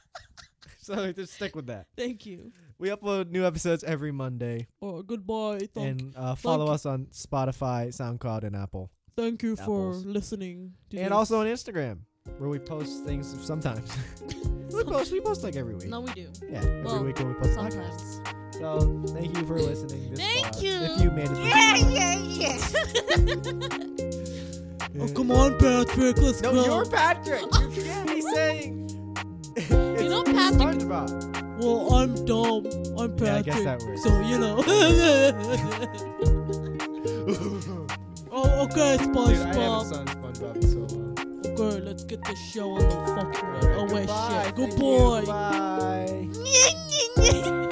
[SPEAKER 2] so just stick with that.
[SPEAKER 1] Thank you.
[SPEAKER 2] We upload new episodes every Monday,
[SPEAKER 1] Or goodbye. Thank,
[SPEAKER 2] and uh, follow
[SPEAKER 1] Thank-
[SPEAKER 2] us on Spotify, SoundCloud, and Apple,
[SPEAKER 1] thank you for
[SPEAKER 2] apples.
[SPEAKER 1] listening. To
[SPEAKER 2] and
[SPEAKER 1] this.
[SPEAKER 2] also on Instagram, where we post things sometimes. we post, we post like every week.
[SPEAKER 1] No, we do.
[SPEAKER 2] Yeah, every
[SPEAKER 1] Well,
[SPEAKER 2] week when we post podcasts.
[SPEAKER 1] Sometimes.
[SPEAKER 2] So thank you for listening. This
[SPEAKER 1] Thank
[SPEAKER 2] far,
[SPEAKER 1] you.
[SPEAKER 2] If you made it.
[SPEAKER 4] Yeah,
[SPEAKER 2] This
[SPEAKER 4] yeah, yeah.
[SPEAKER 2] far.
[SPEAKER 1] Oh, come on, Patrick. Let's
[SPEAKER 2] No,
[SPEAKER 1] go.
[SPEAKER 2] you're Patrick. You can't be saying. You
[SPEAKER 1] know, Patrick-
[SPEAKER 2] SpongeBob.
[SPEAKER 1] Well, I'm dumb. I'm Patrick.
[SPEAKER 2] Yeah, I guess that works.
[SPEAKER 1] So, you know. oh, okay,
[SPEAKER 2] Dude, I haven't
[SPEAKER 1] SpongeBob.
[SPEAKER 2] sung SpongeBob in so long.
[SPEAKER 1] Okay, let's get this show on the fucking road. Oh, wait, Oh, shit. Good
[SPEAKER 2] Thank you.
[SPEAKER 1] boy.
[SPEAKER 2] Bye.
[SPEAKER 4] yeah, yeah, yeah.